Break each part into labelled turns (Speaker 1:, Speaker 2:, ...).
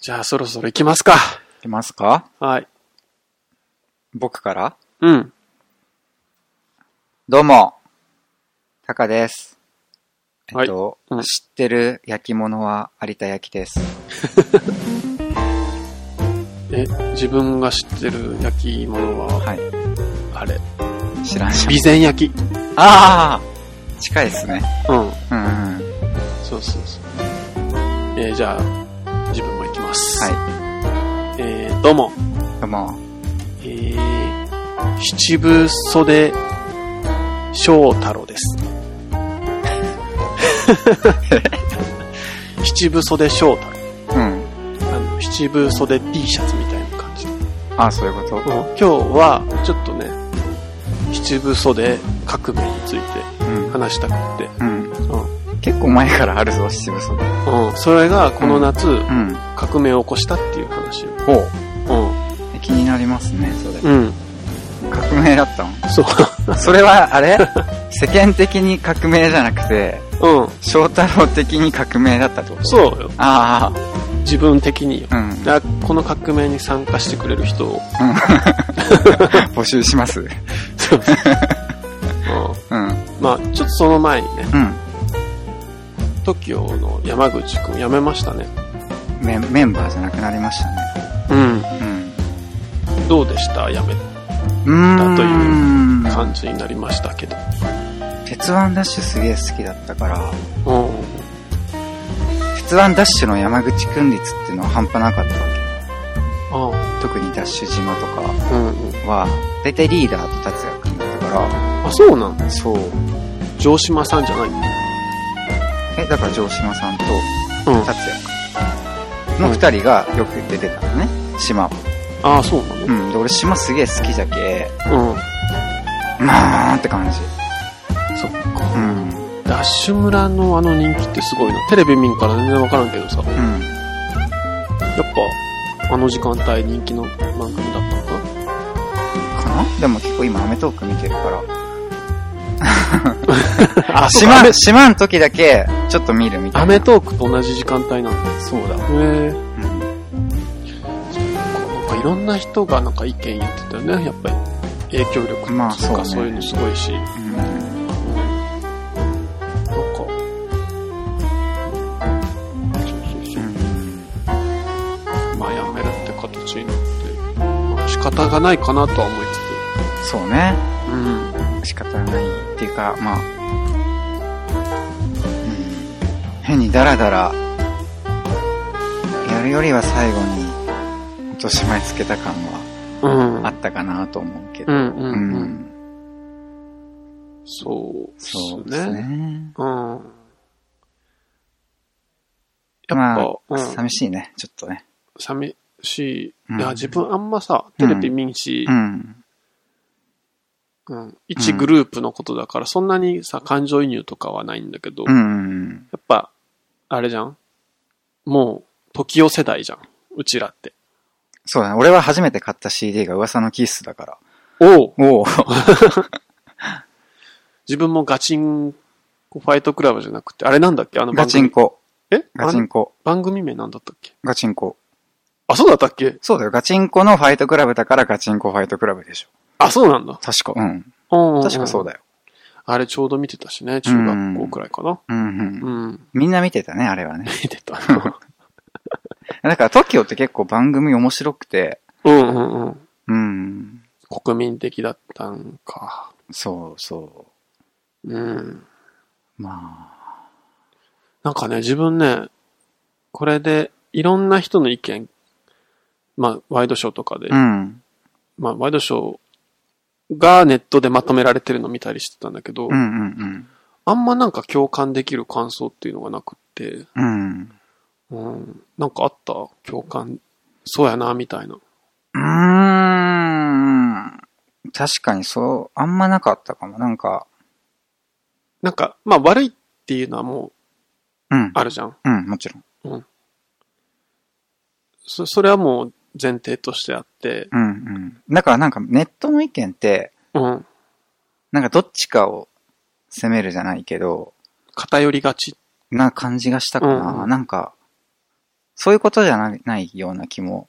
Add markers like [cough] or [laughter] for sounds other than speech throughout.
Speaker 1: じゃあそろそろ行きますか。
Speaker 2: いきますか
Speaker 1: はい。
Speaker 2: 僕から
Speaker 1: うん。
Speaker 2: どうも、タカです。え
Speaker 1: はい
Speaker 2: っと、
Speaker 1: うん
Speaker 2: 知ってる焼き物は有田焼です。
Speaker 1: え、自分が知ってる焼き物は、
Speaker 2: はい。
Speaker 1: あれ、
Speaker 2: 知らんし。
Speaker 1: 備前焼き。
Speaker 2: ああ近いですね。
Speaker 1: うん。
Speaker 2: うんうんうん。
Speaker 1: そうそうそう。えーじゃあ、自分も行きます。
Speaker 2: は
Speaker 1: えー、どうも、
Speaker 2: い。どうも、
Speaker 1: えー、七分袖翔太郎
Speaker 2: [laughs]
Speaker 1: です。七分袖翔太
Speaker 2: うん。
Speaker 1: 郎。あの、七分袖 T シャツみたいな感じ。うん、
Speaker 2: ああそういうこと。
Speaker 1: 今日は、ちょっとね、七分袖革命について
Speaker 2: うん。
Speaker 1: 話したくて。
Speaker 2: うん。結構前からあるぞ、七分袖。
Speaker 1: うん。うん。それが、この夏、
Speaker 2: うん。
Speaker 1: 革命を起こしたっていう話を。
Speaker 2: おう
Speaker 1: うん。
Speaker 2: 気になりますね、それ。
Speaker 1: うん。
Speaker 2: 革命だったの
Speaker 1: そう。 [laughs]
Speaker 2: それは、あれ世間的に革命じゃなくて、
Speaker 1: うん。
Speaker 2: 翔太郎的に革命だったってこと
Speaker 1: そうよ。
Speaker 2: あ
Speaker 1: 自分的によ。
Speaker 2: あ、うん。
Speaker 1: だからこの革命に参加してくれる人を、
Speaker 2: [laughs] 募集します。うん。
Speaker 1: う
Speaker 2: うん。
Speaker 1: んまあちょっとその前にね、
Speaker 2: うん。
Speaker 1: TOKIO の山口くん辞めましたね。
Speaker 2: メメンバーじゃなくなりましたね。
Speaker 1: うん。
Speaker 2: うん。
Speaker 1: どうでした辞め
Speaker 2: うーん。
Speaker 1: だという
Speaker 2: う
Speaker 1: 感じになりましたけど。
Speaker 2: 鉄腕ダッシュすげえ好きだったから、
Speaker 1: うん。
Speaker 2: 鉄腕ダッシュの山口君率っていうのは半端なかったわ
Speaker 1: あ
Speaker 2: け。特にダッシュ島とか
Speaker 1: あ、うんうん。
Speaker 2: は、だいたいリーダーと達也君だったか
Speaker 1: あ、そうなん
Speaker 2: ら、そう。
Speaker 1: 城島さんじゃないうん。
Speaker 2: え、だから城島さんと達也君の二人がよく出てたのね。島。
Speaker 1: ああ、そうな
Speaker 2: うん。で、俺島すげえ好きじゃけ、
Speaker 1: のうん。
Speaker 2: まあって感じ。
Speaker 1: そっ
Speaker 2: う
Speaker 1: か。
Speaker 2: ん。
Speaker 1: ダッシュ村のあの人気ってすごいな。テレビ見んから全然わからんけどさ、やっ
Speaker 2: うん。
Speaker 1: ぱ、あの時間帯人気の番組だったのかな
Speaker 2: かなでも結構今アメトーク見てるから。
Speaker 1: [laughs] あ、
Speaker 2: 島、島の時だけ、ちょっと見るみたいな。
Speaker 1: アメトークと同じ時間帯なんだ。
Speaker 2: そうだ。
Speaker 1: へえ。
Speaker 2: うん。
Speaker 1: なんかいろんな人がなんか意見言ってたよね。やっぱり影響力と
Speaker 2: まあ
Speaker 1: か
Speaker 2: そう
Speaker 1: そう,、
Speaker 2: ね
Speaker 1: いうのすごいし。うん
Speaker 2: うん
Speaker 1: なんか。そうそうそうう。
Speaker 2: ん。
Speaker 1: まあやめるって形になって。まあ仕方がないかなとは思い
Speaker 2: そうね。
Speaker 1: つつ。
Speaker 2: 仕方ないっていうか、まあ。うん。変にダラダラ、やるよりは最後に、落とし前つけた感は
Speaker 1: うん。うん。
Speaker 2: あったかなと思うけ
Speaker 1: う
Speaker 2: ど。
Speaker 1: んうん
Speaker 2: う
Speaker 1: うん。そうですね。
Speaker 2: そうですね。
Speaker 1: うん。やっぱ、
Speaker 2: まあ、
Speaker 1: うん、
Speaker 2: 寂しいね、ちょっとね。
Speaker 1: 寂しい。
Speaker 2: うん
Speaker 1: いや、自分あんまさ、テレビ見んし、
Speaker 2: うん。
Speaker 1: うん。一グループのことだから、そんなにさ、感情移入とかはないんだけど、
Speaker 2: う
Speaker 1: や
Speaker 2: ん。
Speaker 1: っぱ、あれじゃんもう、時代世代じゃん。うちらって。
Speaker 2: そうだね。俺は初めて買った CD が噂のキッスだから。
Speaker 1: おう
Speaker 2: おお。
Speaker 1: 自分もガチンコファイトクラブじゃなくて、あれなんだっけあの
Speaker 2: [laughs] ガ
Speaker 1: 番
Speaker 2: チ
Speaker 1: 組。
Speaker 2: ンコ。
Speaker 1: え
Speaker 2: ガチン
Speaker 1: 番
Speaker 2: コ。
Speaker 1: 番組名なんだったっけ
Speaker 2: ガチンコ。
Speaker 1: あ、そうだったっけ
Speaker 2: そうだよ。ガチンコのファイトクラブだからガチンコファイトクラブでしょ。
Speaker 1: あ、そうなんだ。
Speaker 2: 確か。うん。
Speaker 1: うん。
Speaker 2: 確かそう
Speaker 1: だ。
Speaker 2: だよ。
Speaker 1: あれちょうど見てたしね、中学校くらいかな。
Speaker 2: うんう。
Speaker 1: うんん。
Speaker 2: みんな見てたね、あれはね。 [laughs]
Speaker 1: 見てた。
Speaker 2: だから TOKIO って結構番組面白くて、
Speaker 1: うんうんうん。
Speaker 2: うん。
Speaker 1: 国民的だったんか。
Speaker 2: そうそ
Speaker 1: うん。
Speaker 2: う。ま
Speaker 1: なんかね、自分ね、これでいろんな人の意見、まあ、ワイドショーとかで、
Speaker 2: あ。うん。
Speaker 1: まあ、ワイドショーがネットでまとめられてるの見たりしてたんだけど、
Speaker 2: うんうん
Speaker 1: あんまなんか共感できる感想っていうのがなくって、
Speaker 2: うん。うん。
Speaker 1: うん、なんかあった共感、そうやな、みたいな。
Speaker 2: うーん。確かにそう、あんまなかったかも。なんか、
Speaker 1: なんか、まあ、悪いっていうのはもう
Speaker 2: うん。
Speaker 1: あるじゃん。
Speaker 2: うん、もちろん。
Speaker 1: そそれはもう前提としてあって、
Speaker 2: うんうん。だからなんかネットの意見って、
Speaker 1: うん、
Speaker 2: なんかどっちかを責めるじゃないけど、
Speaker 1: 偏りがち。
Speaker 2: な感じがしたかな。
Speaker 1: うんうん
Speaker 2: なんか、そういうことじゃなないような気も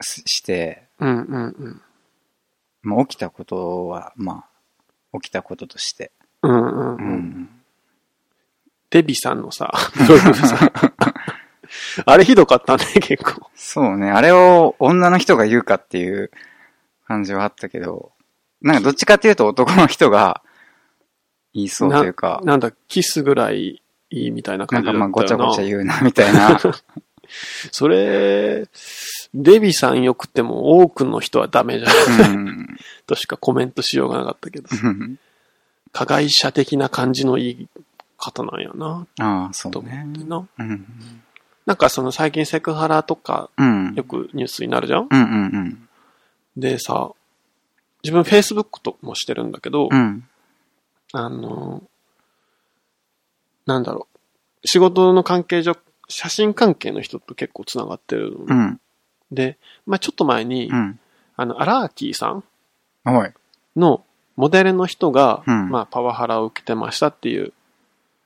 Speaker 2: しして、
Speaker 1: うんうん
Speaker 2: まあ、起きたことは、まあ、起きたこととして。
Speaker 1: うん。うんうん
Speaker 2: う
Speaker 1: うん。
Speaker 2: ん。
Speaker 1: デビさんのさ、ブログ
Speaker 2: [laughs]
Speaker 1: さ、あれひどかったね、結構。
Speaker 2: そうね。あれを女の人が言うかっていう感じはあったけど、なんかどっちかっていうと男の人が言いそうというか、
Speaker 1: なんだ、キスぐらいいいみたいな
Speaker 2: なん
Speaker 1: 感じ
Speaker 2: か
Speaker 1: だった
Speaker 2: ま
Speaker 1: よな。
Speaker 2: あごちゃごちゃ言うなみた
Speaker 1: [laughs]
Speaker 2: いな。
Speaker 1: それ、デビさんよくても多くの人はダメじゃん。 [laughs]
Speaker 2: うん
Speaker 1: としかコメントしようがなかったけど。
Speaker 2: うん。
Speaker 1: 加害者的な感じのいい方なんやな、
Speaker 2: ああ、そ
Speaker 1: と
Speaker 2: うね
Speaker 1: 思。ってな。
Speaker 2: うん。
Speaker 1: なんかその最近セクハラとか
Speaker 2: うん。
Speaker 1: よくニュースになるじゃん
Speaker 2: うんうんうん。
Speaker 1: でさ、自分 Facebook ともしてるんだけど、
Speaker 2: うん。
Speaker 1: あの、なんだろう。仕事の関係上、写真関係の人と結構つながってるの、
Speaker 2: うん。
Speaker 1: で、まあちょっと前に、
Speaker 2: うん。
Speaker 1: あの、アラーキーさん
Speaker 2: おい。
Speaker 1: のモデルの人が、
Speaker 2: うん
Speaker 1: まあパワハラを受けてましたっていう、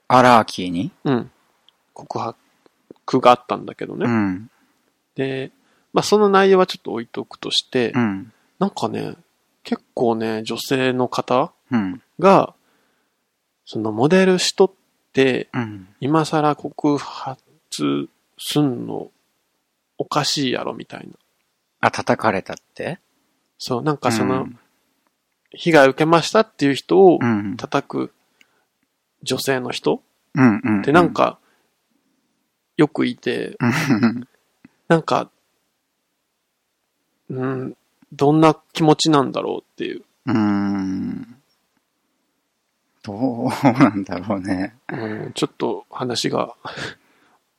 Speaker 2: アラーキーに
Speaker 1: うん、告白があったんだけどね。
Speaker 2: うん。
Speaker 1: で、まあその内容はちょっと置いとくとして、
Speaker 2: うん。
Speaker 1: なんかね、結構ね、女性の方
Speaker 2: うん。
Speaker 1: が、そのモデルしとって、
Speaker 2: うん。
Speaker 1: 今更告発すんのおかしいやろみたいな。
Speaker 2: あ、叩かれたって
Speaker 1: そう、なんかそうの
Speaker 2: ん、
Speaker 1: 被害受けましたっていう人を
Speaker 2: うん。
Speaker 1: 叩く女性の人
Speaker 2: うんうん。
Speaker 1: ってなんか、よくいて、
Speaker 2: うん、
Speaker 1: なんか、うん、どんな気持ちなんだろうっていう。
Speaker 2: うん。どうなんだろうね。
Speaker 1: うん、ちょっと話が、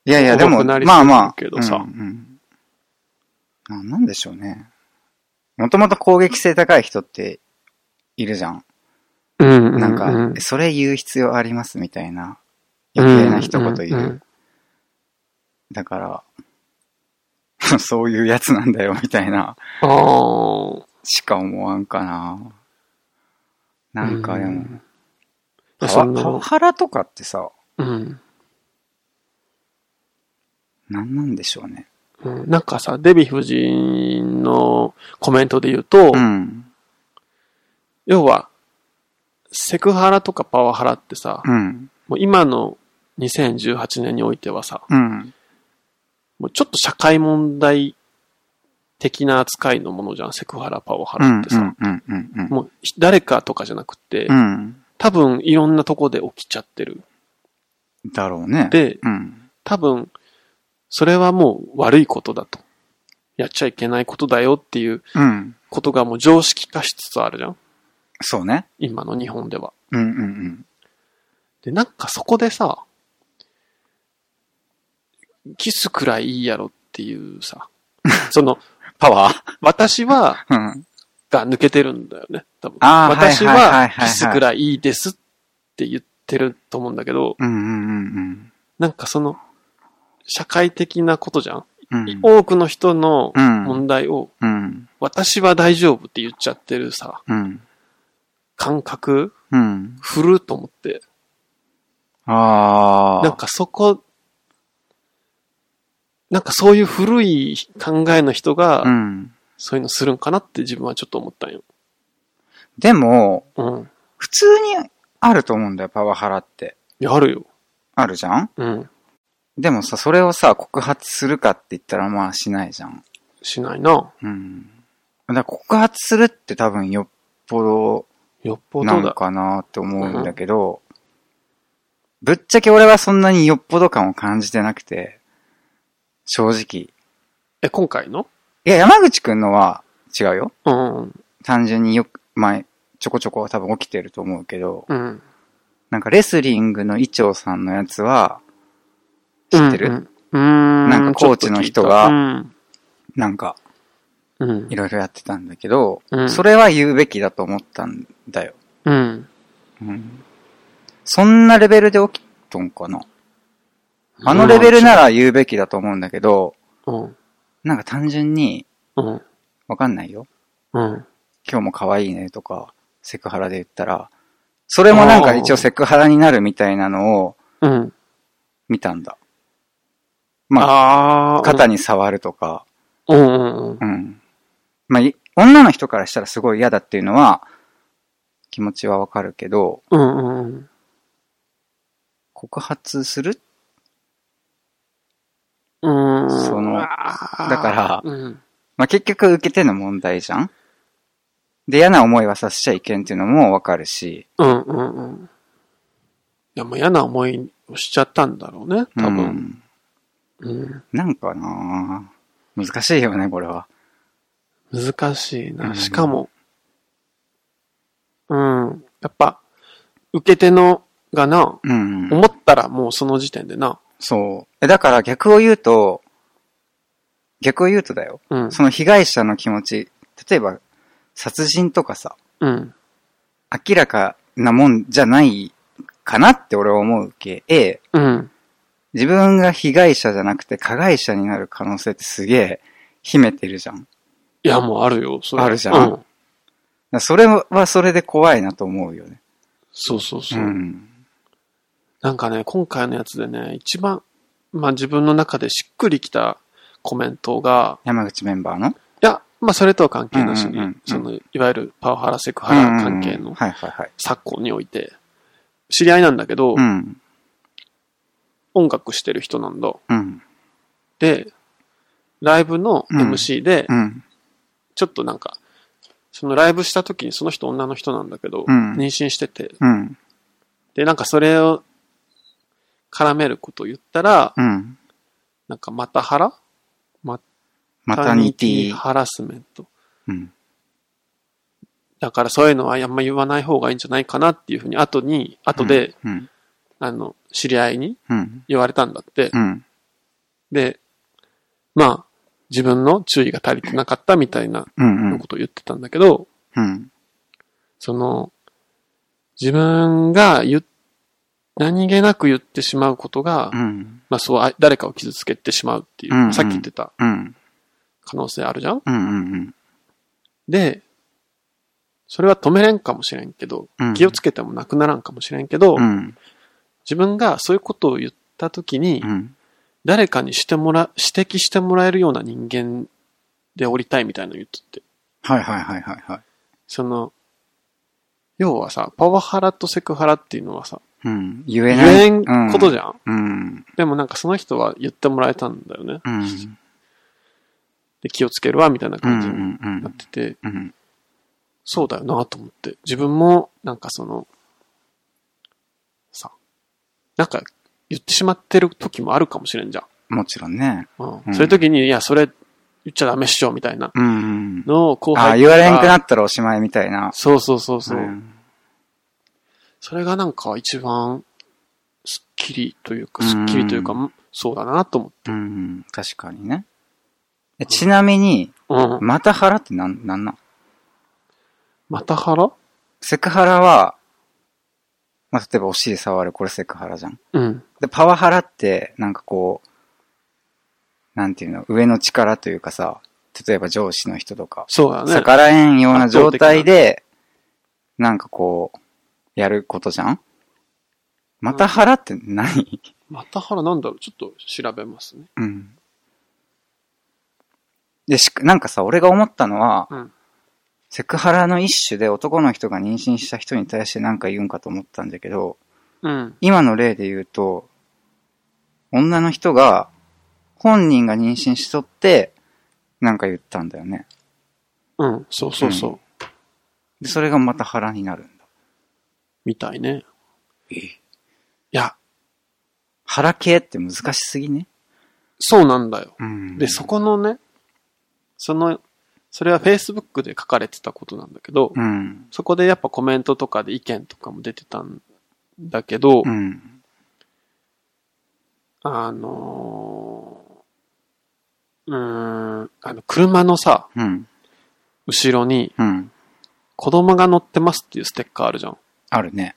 Speaker 2: いやいや、で
Speaker 1: 重
Speaker 2: も、
Speaker 1: くなり
Speaker 2: まあまあ。
Speaker 1: そうだけどさ
Speaker 2: うんうんななんでしょうね。もともと攻撃性高い人っているじゃん。
Speaker 1: うん
Speaker 2: なんか、それ言う必要ありますみたいな、余計な一言言う。だから、 [laughs] そういうやつなんだよみたいな、
Speaker 1: ああ。
Speaker 2: しか思わんかな。なんかでも、
Speaker 1: うん、
Speaker 2: パ
Speaker 1: そん
Speaker 2: ワ
Speaker 1: な
Speaker 2: パワハラとかってさ、
Speaker 1: うん。
Speaker 2: なんなんでしょうね。
Speaker 1: うんなんかさ、デヴィ夫人のコメントで言うと、
Speaker 2: うん。
Speaker 1: 要は、セクハラとかパワハラってさ、
Speaker 2: うん。
Speaker 1: もう今の2018年においてはさ、
Speaker 2: うん。
Speaker 1: もうちょっと社会問題的な扱いのものじゃん、セクハラ、パワハ
Speaker 2: う
Speaker 1: ラ
Speaker 2: ん
Speaker 1: ってさ。
Speaker 2: うんうんうん。
Speaker 1: もうひ誰かとかじゃなくて、
Speaker 2: うん。
Speaker 1: 多分いろんなとこで起きちゃってる。
Speaker 2: だろうね。、
Speaker 1: で、
Speaker 2: うん。
Speaker 1: 多分、それはもう悪いことだと。やっちゃいけないことだよっていう
Speaker 2: うん。
Speaker 1: ことがもう常識化しつつあるじゃん
Speaker 2: そうね。
Speaker 1: 今の日本では。
Speaker 2: うんうんうん。
Speaker 1: で、なんかそこでさ、キスくらいいいやろっていう
Speaker 2: [laughs]
Speaker 1: さ、その、
Speaker 2: パワー
Speaker 1: 私は、
Speaker 2: うん。
Speaker 1: が抜けてるんだよね、多分。
Speaker 2: あー
Speaker 1: 私
Speaker 2: はいはいはい
Speaker 1: は
Speaker 2: はいはい
Speaker 1: キスくらいいいですって言ってると思うんだけど、
Speaker 2: うんうん
Speaker 1: なんかその、社会的なことじゃん、
Speaker 2: うんうん。
Speaker 1: 多くの人の
Speaker 2: うん。
Speaker 1: 問題を、
Speaker 2: うん。
Speaker 1: 私は大丈夫って言っちゃってるさ、
Speaker 2: うん。
Speaker 1: 感覚、
Speaker 2: うん。
Speaker 1: 振ると思って。
Speaker 2: ああ。
Speaker 1: なんかそこ、なんかそういう古い考えの人
Speaker 2: う
Speaker 1: が、
Speaker 2: ん。
Speaker 1: そういうのするんかなって自分はちょっと思ったんよ。
Speaker 2: でも、
Speaker 1: うん。
Speaker 2: 普通にあると思うんだよ、パワハラって。
Speaker 1: いや、あるよ。
Speaker 2: あるじゃん
Speaker 1: うん。
Speaker 2: でもさ、それをさ、告発するかって言ったらまあしないじゃん。
Speaker 1: しないな。
Speaker 2: うん。だから告発するって多分よっぽど
Speaker 1: よっぽ
Speaker 2: な
Speaker 1: ど
Speaker 2: ん
Speaker 1: だ。
Speaker 2: かなって思うんだけど、ぶっちゃけ俺はそんなによっぽど感を感じてなくて、正直。
Speaker 1: え、今回の
Speaker 2: いや、山口くんのは違うよ。
Speaker 1: うん。
Speaker 2: 単純によく、前、ちょこちょこ多分起きてると思うけど、
Speaker 1: うん。
Speaker 2: なんかレスリングの伊調さんのやつは、知ってる、
Speaker 1: うん。うん。
Speaker 2: なんかコーチの人が
Speaker 1: うん。
Speaker 2: なんか、
Speaker 1: うん
Speaker 2: い。ろいろやってたんだけど、
Speaker 1: うん
Speaker 2: それは言うべきだと思ったんだよ。
Speaker 1: うん。
Speaker 2: うんそんなレベルで起きとんかなあのレベルなら言うべきだと思うんだけど、
Speaker 1: うん。
Speaker 2: なんか単純に、
Speaker 1: うん。
Speaker 2: わかんないよ。
Speaker 1: うん。
Speaker 2: 今日も可愛いねとか、セクハラで言ったら、それもなんか一応セクハラになるみたいなのを
Speaker 1: うん。
Speaker 2: 見たんだ。まあ、
Speaker 1: ああ。
Speaker 2: 肩に触るとか、
Speaker 1: うんうんうん。
Speaker 2: うん。まあ、い女の人からしたらすごい嫌だっていうのは、気持ちはわかるけど、
Speaker 1: うんうんうん。
Speaker 2: 告発する
Speaker 1: うん。
Speaker 2: その
Speaker 1: だか
Speaker 2: だから
Speaker 1: うん。
Speaker 2: まあ、結局受け手の問題じゃんで、嫌な思いはさせちゃいけんっていうのもわかるし、
Speaker 1: うんうんうん。いや、もう嫌な思いをしちゃったんだろうね、多
Speaker 2: う
Speaker 1: 分。
Speaker 2: ん
Speaker 1: うん。
Speaker 2: なんかな難しいよね、これは。
Speaker 1: 難しいうな。
Speaker 2: ん
Speaker 1: しかも、うん。やっぱ、受け手のがな、
Speaker 2: うん。
Speaker 1: 思ったらもうその時点でな。
Speaker 2: そう。え、だから逆を言うと、逆を言うとだよ。
Speaker 1: うん。
Speaker 2: その被害者の気持ち、例えば、殺人とかさ、
Speaker 1: うん。
Speaker 2: 明らかなもんじゃないかなって俺は思うけ、え、
Speaker 1: うん。
Speaker 2: 自分が被害者じゃなくて加害者になる可能性ってすげえ秘めてるじゃん。だか
Speaker 1: いや、もうあるよ、それ。
Speaker 2: あるじゃん
Speaker 1: うん。
Speaker 2: らそれはそれで怖いなと思うよね。
Speaker 1: そうそうそうう。
Speaker 2: ん。
Speaker 1: なんかね、今回のやつでね、一番、まあ自分の中でしっくりきたコメントが、
Speaker 2: 山口メンバーの
Speaker 1: いや、まあそれとは関係なしに、
Speaker 2: うんうんうんうん
Speaker 1: その、いわゆるパワハラセクハラ関係
Speaker 2: うんうんうん
Speaker 1: の
Speaker 2: はいはいはい。
Speaker 1: 昨今において、知り合いなんだけど、
Speaker 2: うん。
Speaker 1: 音楽してる人なんだ。
Speaker 2: うん。
Speaker 1: で、ライブの MC で、
Speaker 2: うん。
Speaker 1: ちょっとなんか、そのライブした時にその人女の人なんだけど、
Speaker 2: うん
Speaker 1: 妊娠してて、
Speaker 2: うん。
Speaker 1: で、なんかそれを絡めることを言ったら、
Speaker 2: うん。
Speaker 1: なんかまたハラ
Speaker 2: マタニティ。
Speaker 1: ハラスメント。
Speaker 2: うん。
Speaker 1: だからそういうのはあんま言わない方がいいんじゃないかなっていうふうに、後に、後で、
Speaker 2: うん。
Speaker 1: あの、知り合いに
Speaker 2: うん。
Speaker 1: 言われたんだって。
Speaker 2: うん。
Speaker 1: で、まあ、自分の注意が足りてなかったみたいな
Speaker 2: うん。
Speaker 1: ことを言ってたんだけど、
Speaker 2: うん。
Speaker 1: その、自分が言っ、何気なく言ってしまうことが、
Speaker 2: うん。
Speaker 1: まあそう、あ誰かを傷つけてしまうっていう、
Speaker 2: うんうん
Speaker 1: さっき言ってた
Speaker 2: うん。
Speaker 1: 可能性あるじゃん
Speaker 2: うん。うん。
Speaker 1: で、それは止めれんかもしれんけど、
Speaker 2: うん。
Speaker 1: 気をつけてもなくならんかもしれんけど、
Speaker 2: うん。
Speaker 1: 自分がそういうことを言った時に
Speaker 2: う、ん。
Speaker 1: 誰かにしてもら、指摘してもらえるような人間でおりたいみたいなの言ってて。
Speaker 2: はいはいはいはいはい。
Speaker 1: その、要はさ、パワハラとセクハラっていうのはさ、
Speaker 2: うん。言え
Speaker 1: 言
Speaker 2: ない。
Speaker 1: えんことじゃん、
Speaker 2: うん。
Speaker 1: でもなんかその人は言ってもらえたんだよね。
Speaker 2: うん。
Speaker 1: で、気をつけるわ、みたいな
Speaker 2: う
Speaker 1: 感じに
Speaker 2: ん。うん
Speaker 1: なってて、
Speaker 2: うん。
Speaker 1: そうだよなと思って。自分も、なんかその、さ、なんか言ってしまってる時もあるかもしれんじゃん。
Speaker 2: もちろんね。
Speaker 1: うん
Speaker 2: うん
Speaker 1: そういう時に、いや、それ言っちゃダメっしょ、みたいな
Speaker 2: うん。
Speaker 1: のを後輩
Speaker 2: ああ、言われんくなったらおしまいみたいな。
Speaker 1: そうそうそうそう。
Speaker 2: ん
Speaker 1: それがなんか一番、すっきりというか、
Speaker 2: うん
Speaker 1: すっきりというか、そうだなと思って。
Speaker 2: うん。確かにね。えちなみに、
Speaker 1: うん。
Speaker 2: また腹ってなん、なんなん
Speaker 1: また腹
Speaker 2: セクハラは、まあ、例えばお尻触る、これセクハラじゃん。
Speaker 1: うん。
Speaker 2: で、パワハラって、なんかこう、なんていうの、上の力というかさ、例えば上司の人とか、
Speaker 1: そうだね。
Speaker 2: 逆らえんような状態で、なんかこう、やることじゃんまた腹って何
Speaker 1: また腹なんだろうちょっと調べますね。
Speaker 2: うん。で、しか、なんかさ、俺が思ったのは、
Speaker 1: うん
Speaker 2: セクハラの一種で男の人が妊娠した人に対して何か言うんかと思ったんだけど、
Speaker 1: うん。
Speaker 2: 今の例で言うと、女の人が、本人が妊娠しとって、なんか言ったんだよね。
Speaker 1: うん。そうそうそう。
Speaker 2: で、それがまた腹になるんだ。
Speaker 1: みたいね。
Speaker 2: え
Speaker 1: いや、
Speaker 2: 腹系って難しすぎね。
Speaker 1: そうなんだよ。
Speaker 2: うん
Speaker 1: で、そこのね、その、それは Facebook で書かれてたことなんだけど、
Speaker 2: うん。
Speaker 1: そこでやっぱコメントとかで意見とかも出てたんだけど、
Speaker 2: うん。
Speaker 1: あのーうーん、あの、車のさ、
Speaker 2: うん。
Speaker 1: 後ろに
Speaker 2: うん。
Speaker 1: 子供が乗ってますっていうステッカーあるじゃん。
Speaker 2: あるね。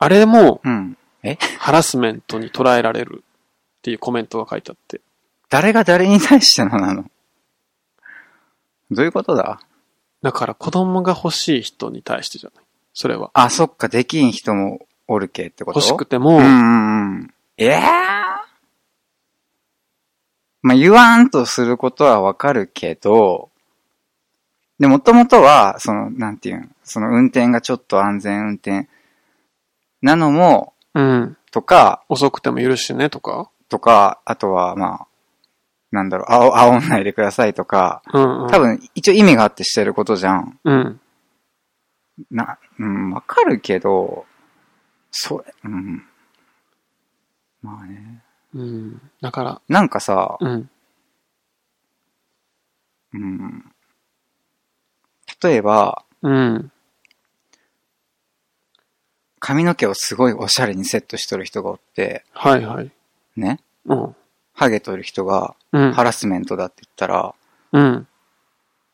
Speaker 1: あれも
Speaker 2: うん。
Speaker 1: ハラスメントに捉えられるっていうコメントが書いてあって。
Speaker 2: 誰が誰に対してのなのどういうことだ
Speaker 1: だから子供が欲しい人に対してじゃない。それは。
Speaker 2: あ、そっか、できん人もおるけってこと
Speaker 1: 欲しくても、
Speaker 2: うんうんうん。ええー、まあ、言わんとすることはわかるけど、で、もともとは、その、なんていうん、その運転がちょっと安全運転なのも、
Speaker 1: うん。
Speaker 2: とか、
Speaker 1: 遅くても許してねとか。
Speaker 2: とか、あとは、まあ、なんだろう、あお、あおんないでくださいとか、
Speaker 1: うん、うん。
Speaker 2: 多分、一応意味があってしてることじゃん。
Speaker 1: うん。
Speaker 2: な、うん、わかるけど、それ、うん。まあね。
Speaker 1: うん。だから、
Speaker 2: なんかさ、
Speaker 1: うん。
Speaker 2: うん。例えば、
Speaker 1: うん。
Speaker 2: 髪の毛をすごいおしゃれにセットしとる人がおって、
Speaker 1: はいはい。
Speaker 2: ね、
Speaker 1: うん。
Speaker 2: ハゲとる人が
Speaker 1: うん
Speaker 2: ハ。ラスメントだって言ったら、
Speaker 1: うん。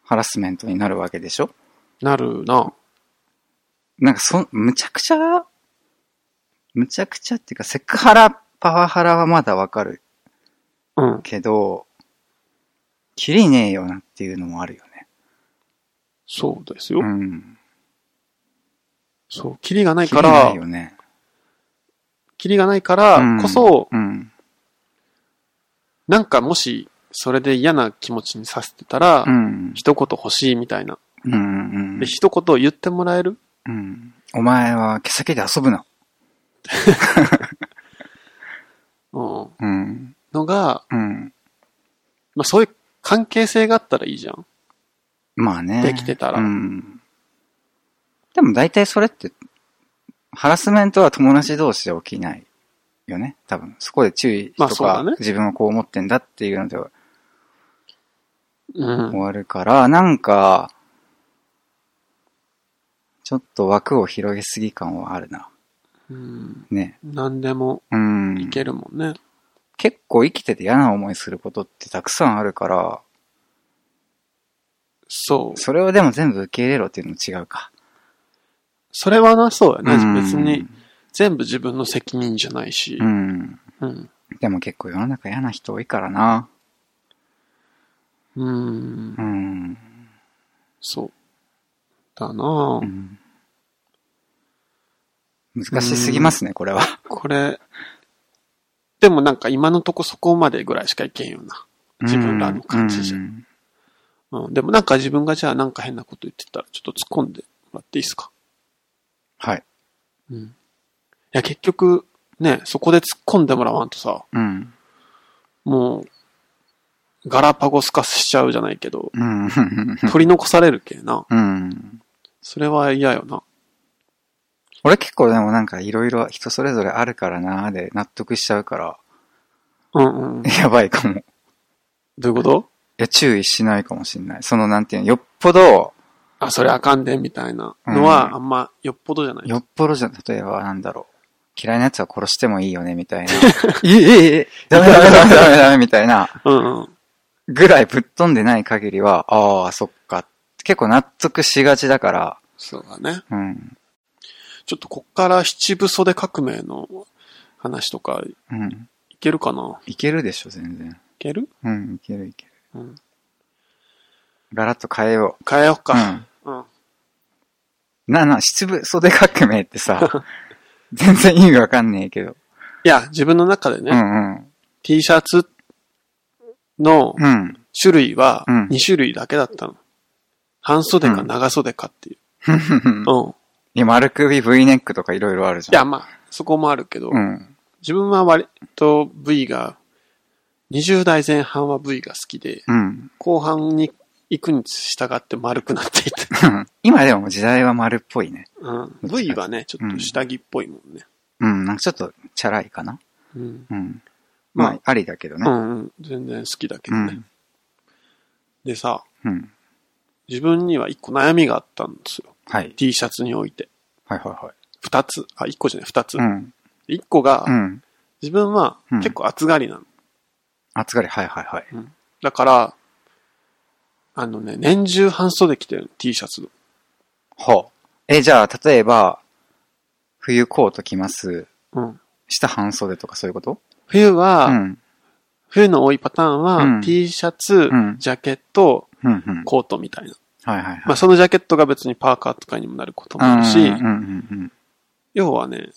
Speaker 2: ハラスメントになるわけでしょ
Speaker 1: なるな。
Speaker 2: なんかそ、むちゃくちゃ、むちゃくちゃっていうか、セクハラ、パワハラはまだわかる
Speaker 1: うん。
Speaker 2: けど、キリねえよなっていうのもあるよね。
Speaker 1: そうですよ。
Speaker 2: うん。
Speaker 1: そう。キリがない
Speaker 2: キ
Speaker 1: か
Speaker 2: リない
Speaker 1: ら、
Speaker 2: よね。
Speaker 1: キリがないからこそ、
Speaker 2: うん。
Speaker 1: なんかもし、それで嫌な気持ちにさせてたら
Speaker 2: う、ん。
Speaker 1: 一言欲しいみたいな。
Speaker 2: うん。うん
Speaker 1: で、一言言ってもらえる
Speaker 2: うん。お前は毛先で遊ぶな。
Speaker 1: うん
Speaker 2: うん。
Speaker 1: のが、
Speaker 2: うん。
Speaker 1: まあそういう関係性があったらいいじゃん。
Speaker 2: まあね。
Speaker 1: できてたら
Speaker 2: うん。でも大体それって、ハラスメントは友達同士で起きないよね。多分。そこで注意
Speaker 1: ま
Speaker 2: と
Speaker 1: あそう
Speaker 2: か、
Speaker 1: だね
Speaker 2: 自分はこう思ってんだっていうので
Speaker 1: う
Speaker 2: 終
Speaker 1: ん。
Speaker 2: わるから、なんか、ちょっと枠を広げすぎ感はあるな。
Speaker 1: うん。
Speaker 2: ね。
Speaker 1: 何でも
Speaker 2: うん。
Speaker 1: いけるもんね。
Speaker 2: 結構生きてて嫌な思いすることってたくさんあるから、
Speaker 1: そう。
Speaker 2: それをでも全部受け入れろっていうのも違うか。
Speaker 1: それはな、そうや
Speaker 2: うん
Speaker 1: ね。別に、全部自分の責任じゃないし
Speaker 2: う。ん。
Speaker 1: うん。
Speaker 2: でも結構世の中嫌な人多いからな。
Speaker 1: うん
Speaker 2: う。ん。
Speaker 1: そう。だなぁ
Speaker 2: うん難しすぎますね、これは。
Speaker 1: これ、でもなんか今のとこそこまでぐらいしかいけんよな。自分らの感じじゃん
Speaker 2: うん
Speaker 1: うん。でもなんか自分がじゃあなんか変なこと言ってたらちょっと突っ込んでもらっていいですか
Speaker 2: はい。
Speaker 1: うん。いや、結局、ね、そこで突っ込んでもらわんとさ、
Speaker 2: うん。
Speaker 1: もう、ガラパゴス化しちゃうじゃないけど、
Speaker 2: うん。
Speaker 1: 取り残されるけな。
Speaker 2: うん。
Speaker 1: それは嫌よな。
Speaker 2: 俺結構でもなんかいろいろ人それぞれあるからなーで納得しちゃうから、 [laughs]
Speaker 1: うんうん。
Speaker 2: やばいかも。い
Speaker 1: どういうこと
Speaker 2: や、注意しないかもしんない。そのなんていうの、よっぽど、
Speaker 1: あ、それあかんで、みたいなのは、
Speaker 2: うん
Speaker 1: あんま、よっぽどじゃない。
Speaker 2: よっぽどじゃん、例えばなんだろう。嫌いな奴は殺してもいいよね、
Speaker 1: [laughs]
Speaker 2: みたいな。いえいえいえ、ダメダメダメダメダメみたいな。
Speaker 1: うんうん。
Speaker 2: ぐらいぶっ飛んでない限りは、ああ、そっか。結構納得しがちだから、
Speaker 1: そうだね。
Speaker 2: うん。
Speaker 1: ちょっとこっから七部袖革命の話とか、
Speaker 2: うん。
Speaker 1: いけるかない
Speaker 2: けるでしょ、全然。
Speaker 1: いける
Speaker 2: うん、いけるいける。
Speaker 1: うん。
Speaker 2: ガラッと変えよ
Speaker 1: 変えよう
Speaker 2: う。う
Speaker 1: か。
Speaker 2: ん。
Speaker 1: うん。
Speaker 2: なあなあ、七部袖革命ってさ、全然意味わかんねえけど。
Speaker 1: いや、自分の中でね、
Speaker 2: うんうん。
Speaker 1: T シャツの
Speaker 2: うん。
Speaker 1: 種類は
Speaker 2: うん
Speaker 1: 2種類だけだったの。半袖か長袖かっていう。うん。い
Speaker 2: [laughs] いや、丸首 V ネックとかいろいろあるじゃ
Speaker 1: や、
Speaker 2: ん。
Speaker 1: まあ、そこもあるけど、
Speaker 2: うん。
Speaker 1: 自分は割と V が、20代前半は V が好きで、
Speaker 2: うん。 [laughs]
Speaker 1: 後半に行くに従って丸くなっていった。
Speaker 2: 今でも時代は丸っぽいね。
Speaker 1: うん、V はね、ちょっと下着っぽいもんね。
Speaker 2: うん、なんかちょっとチャラいかな。
Speaker 1: うん。
Speaker 2: うん。
Speaker 1: まあ
Speaker 2: まあ、ありだけど
Speaker 1: う
Speaker 2: ね。
Speaker 1: んうん。全然好きだけ
Speaker 2: う
Speaker 1: どね。
Speaker 2: ん。
Speaker 1: でさ、
Speaker 2: うん。
Speaker 1: 自分には一個悩みがあったんですよ。
Speaker 2: はい。
Speaker 1: T シャツにおいて。
Speaker 2: はいはいはい。
Speaker 1: 二つ。あ、一個じゃない、二つ
Speaker 2: う。ん。
Speaker 1: 一、個が、
Speaker 2: うん。
Speaker 1: 自分は
Speaker 2: うん
Speaker 1: 結構厚がりなの。
Speaker 2: 暑がり、はいはいはい。
Speaker 1: だから、あのね、年中半袖着てるの T シャツの。
Speaker 2: ほう。え、じゃあ、例えば、冬コート着ます。
Speaker 1: うん。
Speaker 2: 下半袖とかそういうこと
Speaker 1: 冬
Speaker 2: う
Speaker 1: は、
Speaker 2: ん。
Speaker 1: 冬の多いパターンは、
Speaker 2: うん
Speaker 1: T シャツ、
Speaker 2: ん
Speaker 1: ジャケット、
Speaker 2: うんうん。
Speaker 1: コートみたいな。
Speaker 2: はいはい
Speaker 1: ま
Speaker 2: は
Speaker 1: あ、そのジャケットが別にパーカーとかにもなることもある
Speaker 2: い。
Speaker 1: し、
Speaker 2: うんうんうん
Speaker 1: 要はね、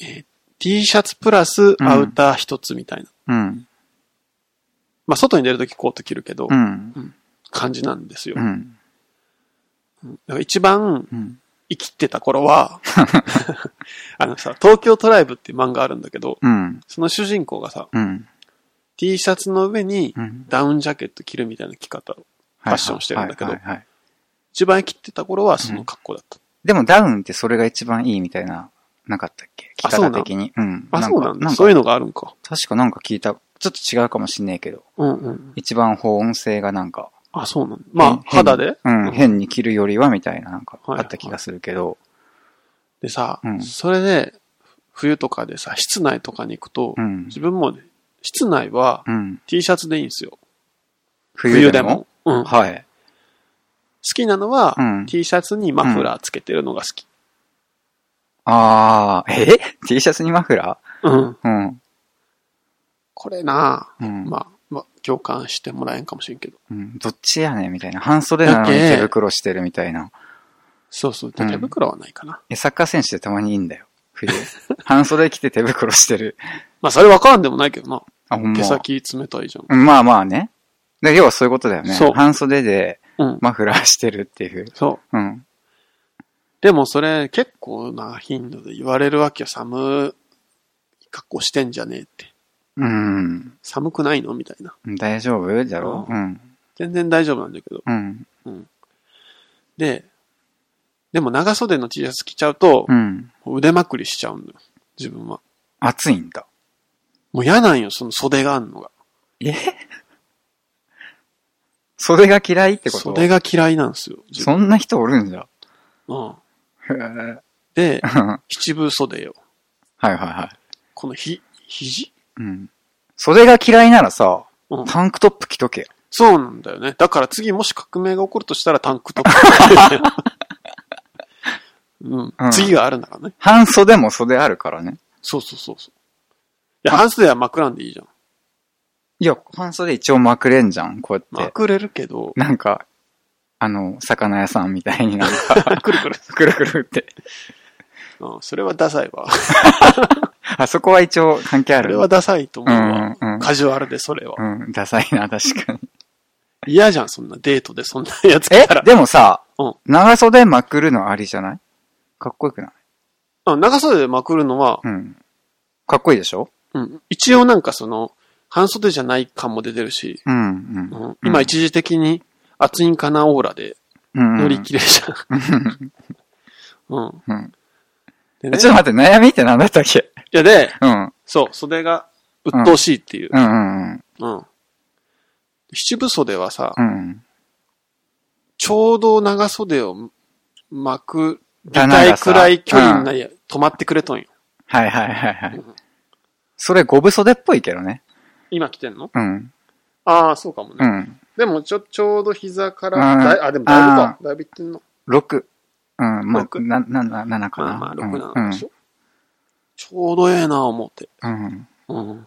Speaker 1: えー T シャツプラスアウター一つみたいな。
Speaker 2: うん。うん。
Speaker 1: まあ、外に出るときコート着るけど、
Speaker 2: うん。
Speaker 1: 感じなんですよ。
Speaker 2: う
Speaker 1: だ
Speaker 2: ん。
Speaker 1: から一番
Speaker 2: うん。
Speaker 1: 生きてた頃
Speaker 2: [laughs]
Speaker 1: は、あのさ、東京トライブっていう漫画あるんだけど、
Speaker 2: うん。
Speaker 1: その主人公がさ、
Speaker 2: うん。
Speaker 1: T シャツの上に
Speaker 2: うん。
Speaker 1: ダウンジャケット着るみたいな着方を。
Speaker 2: フ
Speaker 1: ァッションしてるんだけど
Speaker 2: はいはいはいはい。
Speaker 1: 一番生きてた頃はその格好だった。
Speaker 2: でもダウンってそれが一番いいみたいな、なかったっけ着
Speaker 1: あそうな
Speaker 2: 方
Speaker 1: ん
Speaker 2: 的に。うん。
Speaker 1: あ、そうなん
Speaker 2: か
Speaker 1: だ。
Speaker 2: か
Speaker 1: そういうのがあるんか。
Speaker 2: 確かなんか聞いた、ちょっと違うかもしんないけど、
Speaker 1: うんうん。
Speaker 2: 一番保温性がなんか、
Speaker 1: あ、そうなんだ。まあ、
Speaker 2: 変に
Speaker 1: 肌で
Speaker 2: うん、
Speaker 1: うん
Speaker 2: 変に着るよりはみたいななんか
Speaker 1: はい
Speaker 2: あった気がするけど、
Speaker 1: でさ、
Speaker 2: うん
Speaker 1: それで、冬とかでさ、室内とかに行くと、
Speaker 2: うん。
Speaker 1: 自分もね、室内は
Speaker 2: うん。
Speaker 1: T シャツでいいんですよ。
Speaker 2: 冬でも
Speaker 1: うん。好
Speaker 2: はい。
Speaker 1: きなのは、
Speaker 2: うん
Speaker 1: T シャツにマフラーつけてるのが好き。
Speaker 2: ああ、え ?T シャツにマフラ
Speaker 1: うん。
Speaker 2: ーうん。
Speaker 1: これな
Speaker 2: うん。
Speaker 1: まあ、まあ、共感してもらえんかもしれんけど。
Speaker 2: うんどっちやねんみたいな。半袖なのに
Speaker 1: だけ
Speaker 2: 手袋してるみたいな。
Speaker 1: そうそう。
Speaker 2: う
Speaker 1: 手
Speaker 2: ん
Speaker 1: 袋はないかな。
Speaker 2: え、サッカー選手でたまにいいんだよ。冬。
Speaker 1: [laughs]
Speaker 2: 半袖着て手袋してる。
Speaker 1: まあ、それわからんでもないけどな。
Speaker 2: あ、ほんま。
Speaker 1: 手先冷たいじゃん。
Speaker 2: うんまあまあね。で要はそういうことだよね。
Speaker 1: そう
Speaker 2: 半袖で
Speaker 1: うん。
Speaker 2: マフラーしてるっていう。
Speaker 1: そう。
Speaker 2: うん。
Speaker 1: でもそれ結構な頻度で言われるわけよ。寒い格好してんじゃねえって。
Speaker 2: うん。
Speaker 1: 寒くないのみたいな。
Speaker 2: 大丈夫だろう。
Speaker 1: うん全然大丈夫なんだけど。
Speaker 2: うん。
Speaker 1: で、でも長袖の T シャツ着ちゃうと
Speaker 2: う、ん。
Speaker 1: 腕まくりしちゃうんだよ。自分は。
Speaker 2: 暑いんだ。
Speaker 1: もう嫌なんよ、その袖があんのが。
Speaker 2: え [laughs] 袖が嫌いってこと
Speaker 1: 袖が嫌いなんですよ。自分
Speaker 2: そんな人おるんじゃ。
Speaker 1: うん。
Speaker 2: へー
Speaker 1: で、
Speaker 2: [laughs] はい
Speaker 1: 七分袖よ。
Speaker 2: はいはい。
Speaker 1: このひ、肘
Speaker 2: うん。袖が嫌いならさ、
Speaker 1: うん。
Speaker 2: タンクトップ着とけよ。
Speaker 1: そうなんだよね。だから次もし革命が起こるとしたらタンクトッ
Speaker 2: [laughs]
Speaker 1: プ。うん
Speaker 2: うん。
Speaker 1: 次があるならね。
Speaker 2: 半袖も袖あるからね。
Speaker 1: そうそうそうそう。いや、半袖はまくらんでいいじゃん。
Speaker 2: いや、半袖一応まくれんじゃん、こうやっ
Speaker 1: ま
Speaker 2: て。
Speaker 1: くれるけど、
Speaker 2: なんか、あの、魚屋さんみたいになんか、 [laughs]
Speaker 1: くるくる。
Speaker 2: くるくるって。
Speaker 1: うん、それはダサいわ。
Speaker 2: あそこは一応関係あ
Speaker 1: それ
Speaker 2: る。
Speaker 1: はダサいと思うわ。
Speaker 2: うんうんうん
Speaker 1: カジュアルでそれは。
Speaker 2: うん、ダサいな、確
Speaker 1: [laughs]
Speaker 2: かに。
Speaker 1: 嫌じゃん、そんなデートでそんなやつ来
Speaker 2: え
Speaker 1: たら。
Speaker 2: でもさ、
Speaker 1: うん
Speaker 2: 長袖まくるのありじゃないかっこよくない
Speaker 1: うん長袖でまくるのは、
Speaker 2: うん。かっこいいでしょ
Speaker 1: うん、一応なんかその、半袖じゃない感も出てるし、
Speaker 2: うん、う
Speaker 1: うんん、今一時的に暑いんかなオーラで、
Speaker 2: うん。
Speaker 1: より綺麗じゃん。 [laughs] うん。
Speaker 2: うん。 [laughs]
Speaker 1: で
Speaker 2: え
Speaker 1: ね
Speaker 2: ちょっと待って、悩みってなんだったっけ
Speaker 1: いやで、
Speaker 2: うん。うん
Speaker 1: そう、袖が鬱陶しいっていう。
Speaker 2: うんうん。
Speaker 1: うん。七分袖はさ、
Speaker 2: うん。
Speaker 1: ちょうど長袖を巻く、りたいくらい距離になり、止まってくれとんよ。
Speaker 2: はいはいはいは
Speaker 1: う
Speaker 2: い
Speaker 1: ん。
Speaker 2: それ、五分袖っぽいけどね。
Speaker 1: 今着てんの
Speaker 2: うん。
Speaker 1: ああ、そうかも
Speaker 2: う
Speaker 1: ね。
Speaker 2: ん。
Speaker 1: でも、ちょ、ちょうど膝から、
Speaker 2: うん
Speaker 1: だいあ、でもだいぶか。だいぶいってんの。
Speaker 2: 六。うん、まあ、
Speaker 1: 六
Speaker 2: な、な、な、七か
Speaker 1: まあ
Speaker 2: な。
Speaker 1: まあ、6
Speaker 2: うん
Speaker 1: なのでしょ。ちょうどええな、思って。
Speaker 2: うん。うん
Speaker 1: うん。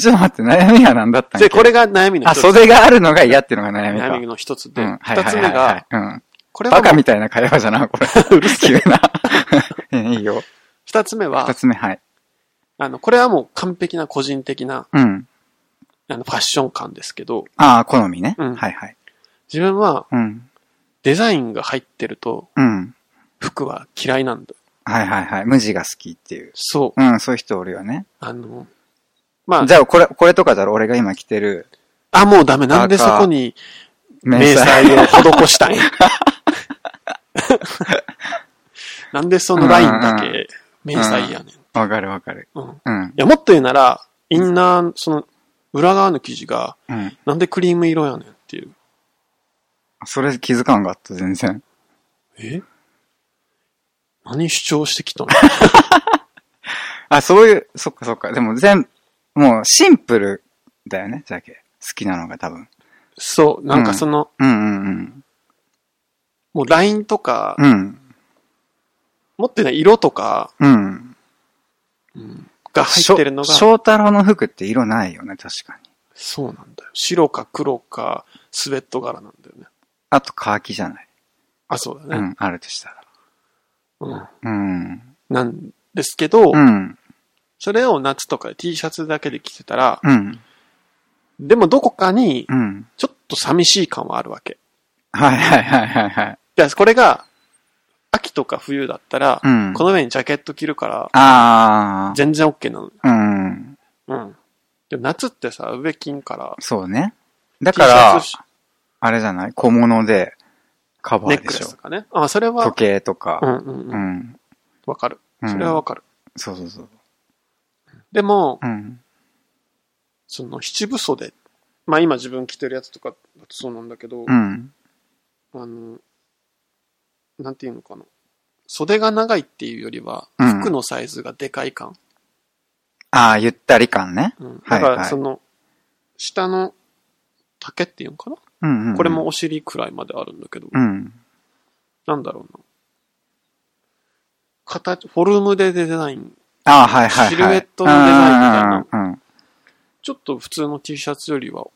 Speaker 2: ちょっと待って、悩みは何だったん
Speaker 1: で、
Speaker 2: け
Speaker 1: これが悩みの
Speaker 2: あ、
Speaker 1: 一つ。
Speaker 2: 袖があるのが嫌っていうのが悩みか。
Speaker 1: 悩みの一つ
Speaker 2: う
Speaker 1: で
Speaker 2: ん。はい
Speaker 1: 二
Speaker 2: はい
Speaker 1: つ
Speaker 2: は
Speaker 1: 目
Speaker 2: いはい
Speaker 1: が、。
Speaker 2: うん。
Speaker 1: これは
Speaker 2: バ
Speaker 1: も
Speaker 2: カ
Speaker 1: う、
Speaker 2: みたいな会話じゃ
Speaker 1: [laughs]
Speaker 2: な、これ。うるせえ [laughs] な。 [laughs] いいよ。
Speaker 1: 二つ目
Speaker 2: 二
Speaker 1: は、
Speaker 2: つ目、はい。
Speaker 1: あの、これはもう完璧な個人的な、
Speaker 2: うん。
Speaker 1: あの、ファッション感ですけど、
Speaker 2: ああ、好みね。
Speaker 1: うん
Speaker 2: はいはい。
Speaker 1: 自分は
Speaker 2: うん。
Speaker 1: デザインが入ってると、
Speaker 2: うん。
Speaker 1: 服は嫌いなんだ。
Speaker 2: はいはいはい。無地が好きっていう。
Speaker 1: そう。
Speaker 2: うん、そういう人おるよね。
Speaker 1: あの、まあ
Speaker 2: じ、ゃあ、これ、これとかだろ俺が今着てる、
Speaker 1: あ、もうダメ。なんで
Speaker 2: パ
Speaker 1: そ
Speaker 2: ーカー
Speaker 1: こに
Speaker 2: 迷
Speaker 1: 迷
Speaker 2: 彩。
Speaker 1: 彩を施した
Speaker 2: [laughs]
Speaker 1: いなんでそのラインだけ迷彩やねん。
Speaker 2: わかるわかる。
Speaker 1: うん。い
Speaker 2: うん。
Speaker 1: や、もっと言うなら、インナー、その、裏側の生地が、
Speaker 2: うん。
Speaker 1: なんでクリーム色やねんっていう。
Speaker 2: それ気づかんかった、全然。
Speaker 1: え何主張してきたの [laughs]
Speaker 2: あ、そういう、そっかそっか。でも全、もうシンプルだよね、じゃけ。好きなのが多分。
Speaker 1: そう、なんかその、
Speaker 2: うんうん
Speaker 1: もうラインとか、
Speaker 2: うん。うん。
Speaker 1: 持ってない色とか
Speaker 2: うん。
Speaker 1: が入ってるのが、
Speaker 2: しょ翔太郎の服って色ないよね、確かに。
Speaker 1: そうなんだよ。白か黒かスウェット柄なんだよね。
Speaker 2: あと、乾きじゃない。
Speaker 1: あ、そう
Speaker 2: う
Speaker 1: だね。
Speaker 2: ん、あるとしたら。
Speaker 1: うん。
Speaker 2: うん。
Speaker 1: なんですけど、
Speaker 2: うん。
Speaker 1: それを夏とかで T シャツだけで着てたら、
Speaker 2: うん。
Speaker 1: でもどこかに、
Speaker 2: うん。
Speaker 1: ちょっと寂しい感はあるわけ。
Speaker 2: はいはいはいはいはい。
Speaker 1: いや、これが、秋とか冬だったら
Speaker 2: う、ん。
Speaker 1: この上にジャケット着るから、
Speaker 2: あ
Speaker 1: 全然 OK なの。
Speaker 2: あ。うん。
Speaker 1: うん。でも夏ってさ、上着んから、
Speaker 2: そうね。だから、あれじゃない小物でカバ
Speaker 1: ネ
Speaker 2: ー
Speaker 1: ッ
Speaker 2: で
Speaker 1: クレ
Speaker 2: し
Speaker 1: ス
Speaker 2: ょ
Speaker 1: と。かね。あ、それは
Speaker 2: 時、計とか
Speaker 1: う。んうん
Speaker 2: う
Speaker 1: うん。
Speaker 2: ん。
Speaker 1: わかる。
Speaker 2: うん
Speaker 1: それはわかる。
Speaker 2: そうそうそう。
Speaker 1: でも、
Speaker 2: うん。
Speaker 1: その七分袖。まあ今自分着てるやつとかだとそうなんだけど、
Speaker 2: うん。
Speaker 1: あの、なんていうのかな。袖が長いっていうよりは、
Speaker 2: うん
Speaker 1: 服のサイズがでかい感。
Speaker 2: ああ、ゆったり感ね。
Speaker 1: うん。
Speaker 2: は
Speaker 1: だ
Speaker 2: い
Speaker 1: か
Speaker 2: は
Speaker 1: ら
Speaker 2: い
Speaker 1: その、下の丈っていうのかな、
Speaker 2: うん、うん。
Speaker 1: これも。お尻くらいまであるんだけど、
Speaker 2: うん。
Speaker 1: なんだろうな。形、フォルムでデザイン。
Speaker 2: ああ、はいはいはい。
Speaker 1: シルエットのデザインみたいな
Speaker 2: うんうんうん。
Speaker 1: ちょっと普通の T シャツよりは、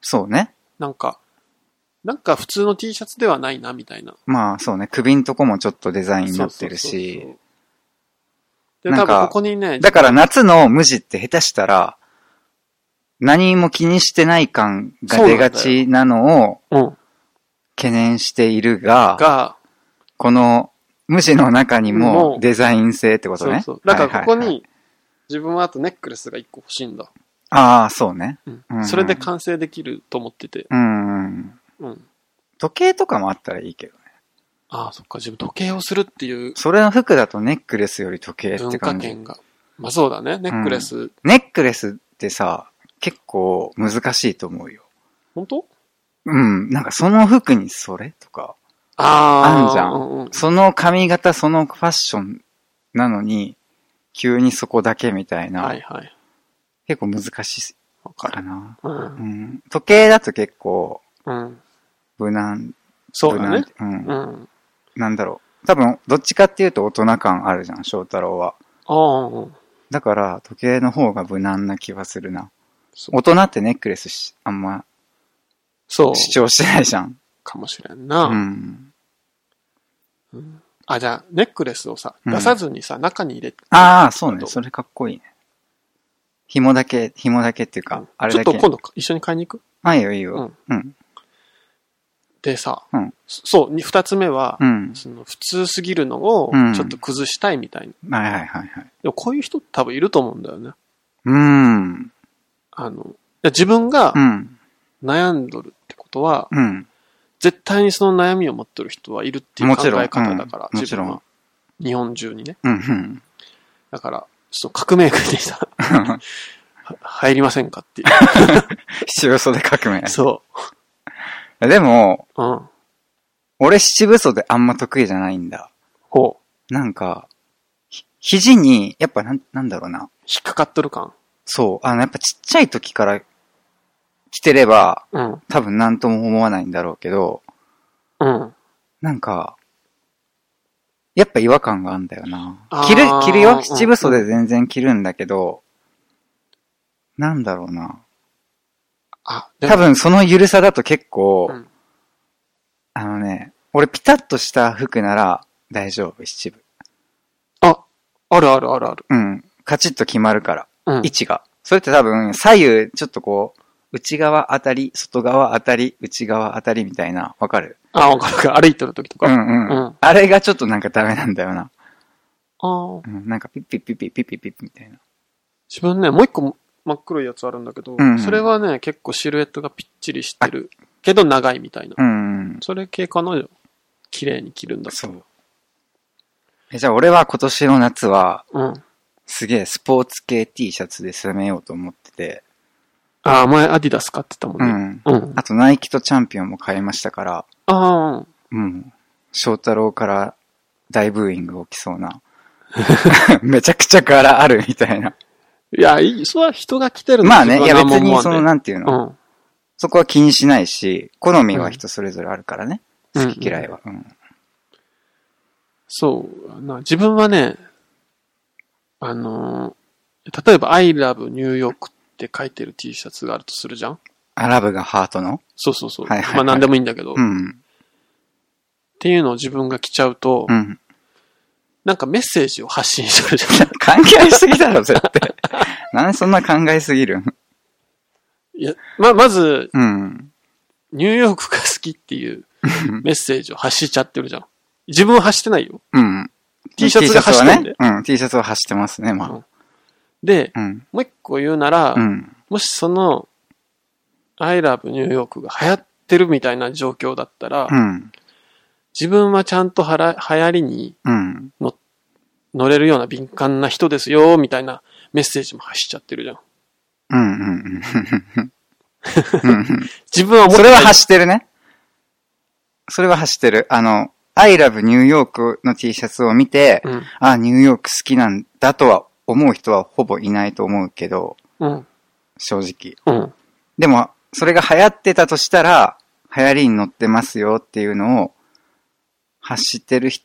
Speaker 2: そうね。
Speaker 1: なんか、なんか普通の T シャツではないな、みたいな。
Speaker 2: まあそうね。首んとこもちょっとデザインになってる
Speaker 1: そうそうそう
Speaker 2: し。
Speaker 1: そう。で、
Speaker 2: な
Speaker 1: 多
Speaker 2: んか
Speaker 1: 分ここにね、
Speaker 2: だから夏の無地って下手したら、何も気にしてない感が出がちなのを
Speaker 1: うん、
Speaker 2: 懸念しているが、
Speaker 1: が、
Speaker 2: この無地の中に
Speaker 1: も
Speaker 2: も
Speaker 1: う
Speaker 2: デザイン性ってこと
Speaker 1: そう
Speaker 2: ね。
Speaker 1: そう。だからここ
Speaker 2: はいはいはい
Speaker 1: に、自分はあとネックレスが一個欲しいんだ。
Speaker 2: ああ、そうね。
Speaker 1: うん
Speaker 2: うん
Speaker 1: それで完成できると思ってて。
Speaker 2: うんうん。
Speaker 1: うん。
Speaker 2: 時計とかもあったらいいけどね。
Speaker 1: ああ、そっか、自分時計をするっていう
Speaker 2: それの服だとネックレスより時計っ
Speaker 1: 文
Speaker 2: て
Speaker 1: 化
Speaker 2: 感じ。
Speaker 1: 圏が。まあそうだね、ネックレス。
Speaker 2: ネックレスってさ、結構難しいと思うよ。
Speaker 1: 本当
Speaker 2: うん。なんかその服にそれとか。
Speaker 1: ああ。
Speaker 2: あんじゃん
Speaker 1: うんうん
Speaker 2: その髪型、そのファッションなのに、急にそこだけみたいな、
Speaker 1: はいはい。
Speaker 2: 結構難しい
Speaker 1: わか
Speaker 2: から
Speaker 1: る。
Speaker 2: な、
Speaker 1: う。
Speaker 2: うんん。時計だと結構、
Speaker 1: うん。
Speaker 2: 無難、
Speaker 1: そうだね。
Speaker 2: 無難、うん
Speaker 1: う。ん。
Speaker 2: なんだろう。多分、どっちかっていうと大人感あるじゃん、翔太郎は。
Speaker 1: ああ、うん
Speaker 2: だから、時計の方が無難な気はするな。
Speaker 1: そう
Speaker 2: 大人ってネックレスし、あんま
Speaker 1: そう
Speaker 2: 主張してないじゃん。
Speaker 1: かもしれん
Speaker 2: う
Speaker 1: な。
Speaker 2: ん。
Speaker 1: あ、じゃあ、ネックレスをさ、
Speaker 2: うん
Speaker 1: 出さずにさ、中に入れて。
Speaker 2: ああ、そう
Speaker 1: あ
Speaker 2: ね。
Speaker 1: と
Speaker 2: それかっこいいね。紐だけ、紐だけっていうか、あれ
Speaker 1: ちょっ
Speaker 2: だ
Speaker 1: と
Speaker 2: け
Speaker 1: 今。度一緒に買いに行く
Speaker 2: あ、いいよ、いいよ。うん。
Speaker 1: でさ
Speaker 2: うん、
Speaker 1: そそう、に二つ目は
Speaker 2: う、ん。
Speaker 1: その普通すぎるのを
Speaker 2: うん
Speaker 1: ちょっと崩したいみたいな。
Speaker 2: はいはいはいはい。
Speaker 1: でもこういう人って多分いると思うんだよね。
Speaker 2: うーん。
Speaker 1: あの、いや自分が
Speaker 2: うん。
Speaker 1: 悩んどるってことは、
Speaker 2: うん。
Speaker 1: 絶対にその悩みを持ってる人はいるっていう
Speaker 2: も
Speaker 1: 考
Speaker 2: ちろん
Speaker 1: え方だから、
Speaker 2: うん
Speaker 1: 自分
Speaker 2: も
Speaker 1: は。日本中にね。
Speaker 2: うん。うん。 [laughs]
Speaker 1: だから、その革命軍にさ、 [laughs] は入りませんかってい
Speaker 2: 七分袖革命
Speaker 1: [laughs] う。。そ
Speaker 2: でも、
Speaker 1: う。うん。
Speaker 2: 俺七分袖あんま得意じゃないんだ。
Speaker 1: ほう。
Speaker 2: なんか、ひ肘に、やっぱなん、なんだろうな。
Speaker 1: 引っかかっとる感。
Speaker 2: そう。あの、やっぱちっちゃい時から着てれば、
Speaker 1: うん。
Speaker 2: 多分なんとも思わないんだろうけど、
Speaker 1: うん。
Speaker 2: なんか、やっぱ違和感があんだよな
Speaker 1: あ。ー
Speaker 2: 着る、着る
Speaker 1: う
Speaker 2: よ。
Speaker 1: ん
Speaker 2: 七分袖全然着るんだけど、なんだろうな。
Speaker 1: あ、でも
Speaker 2: 多分その緩さだと結構、
Speaker 1: うん
Speaker 2: あのね、俺ピタッとした服なら大丈夫、七分。
Speaker 1: あ、あるあるあるある。
Speaker 2: うん。カチッと決まるから、
Speaker 1: うん
Speaker 2: 位。置が。それって多分左右ちょっとこう、内側あたり、外側あたり、内側あたりみたいな、わかる
Speaker 1: あ、わかるわかる。歩いてる時と
Speaker 2: う
Speaker 1: か。
Speaker 2: ん
Speaker 1: あ
Speaker 2: うん。
Speaker 1: うん
Speaker 2: あれがちょっとなんかダメなんだよな。
Speaker 1: あ。
Speaker 2: うん、なんかピッピッピッピッピッピッピッみたいな。
Speaker 1: 自分ね、もう一個も真っ黒いやつあるんだけど
Speaker 2: うんう、ん
Speaker 1: それはね、結構シルエットがぴっちりしてる。けど長いみたいな
Speaker 2: う。んうん。
Speaker 1: それ系かな綺麗に着るんだった
Speaker 2: そ
Speaker 1: ら
Speaker 2: う。えじゃあ俺は今年の夏は、
Speaker 1: うん。
Speaker 2: すげえスポーツ系 T シャツで攻めようと思ってて、
Speaker 1: ああ、前アディダス買ってたも
Speaker 2: うん
Speaker 1: ね。
Speaker 2: ん。
Speaker 1: うん。
Speaker 2: あとナイキとチャンピオンも買いましたから、
Speaker 1: ああ、
Speaker 2: うん。翔太郎から大ブーイング起きそう [laughs] な。めちゃくちゃ柄あるみたいな。
Speaker 1: いや、いい、それは人が着てるの
Speaker 2: まあね、いや別にそ
Speaker 1: そ
Speaker 2: のなんていうの、
Speaker 1: の、
Speaker 2: そこは気にしないし、好みは人それぞれあるからね。
Speaker 1: うん
Speaker 2: 好き嫌いは。うん。
Speaker 1: そうやな。自分はね、あのー、例えば I love New York って書いてる T シャツがあるとするじゃん
Speaker 2: アラブがハートの
Speaker 1: そうそうそう。
Speaker 2: はいはいはい
Speaker 1: まあ何でもいいんだけど、
Speaker 2: う
Speaker 1: っ
Speaker 2: ん。
Speaker 1: ていうのを自分が着ちゃうと、
Speaker 2: うん。
Speaker 1: なんかメッセージを発信するじゃん。 [laughs]
Speaker 2: 考えすぎだろ、絶対。なんでそんな考えすぎるん
Speaker 1: いや、ま、まず、
Speaker 2: うん。
Speaker 1: ニューヨークが好きっていう
Speaker 2: [laughs]
Speaker 1: メッセージを発しちゃってるじゃん。自分は発してないよ。
Speaker 2: うん。
Speaker 1: T シャツが走ってんで
Speaker 2: T シャツはね。うん、T シャツは走ってますね、ま
Speaker 1: で、
Speaker 2: あ。うん。
Speaker 1: もう一個言うなら、
Speaker 2: うん。
Speaker 1: もしその、I love New York が流行ってるみたいな状況だったら、
Speaker 2: うん。
Speaker 1: 自分はちゃんとはら流行りに
Speaker 2: うん。
Speaker 1: 乗れるような敏感な人ですよ、みたいなメッセージも発しちゃってるじゃん。
Speaker 2: うん。うん。
Speaker 1: [laughs]
Speaker 2: うん。
Speaker 1: 自分は思ってな
Speaker 2: それ
Speaker 1: い
Speaker 2: は走ってるね。それは走ってる。あの、I love New York の T シャツを見て、あ、ニューヨーク好きなんだとは思う人はほぼいないと思うけど、
Speaker 1: うん。うん。
Speaker 2: 正直。
Speaker 1: うん。
Speaker 2: でも、それが流行ってたとしたら、流行りに乗ってますよっていうのを、発してる人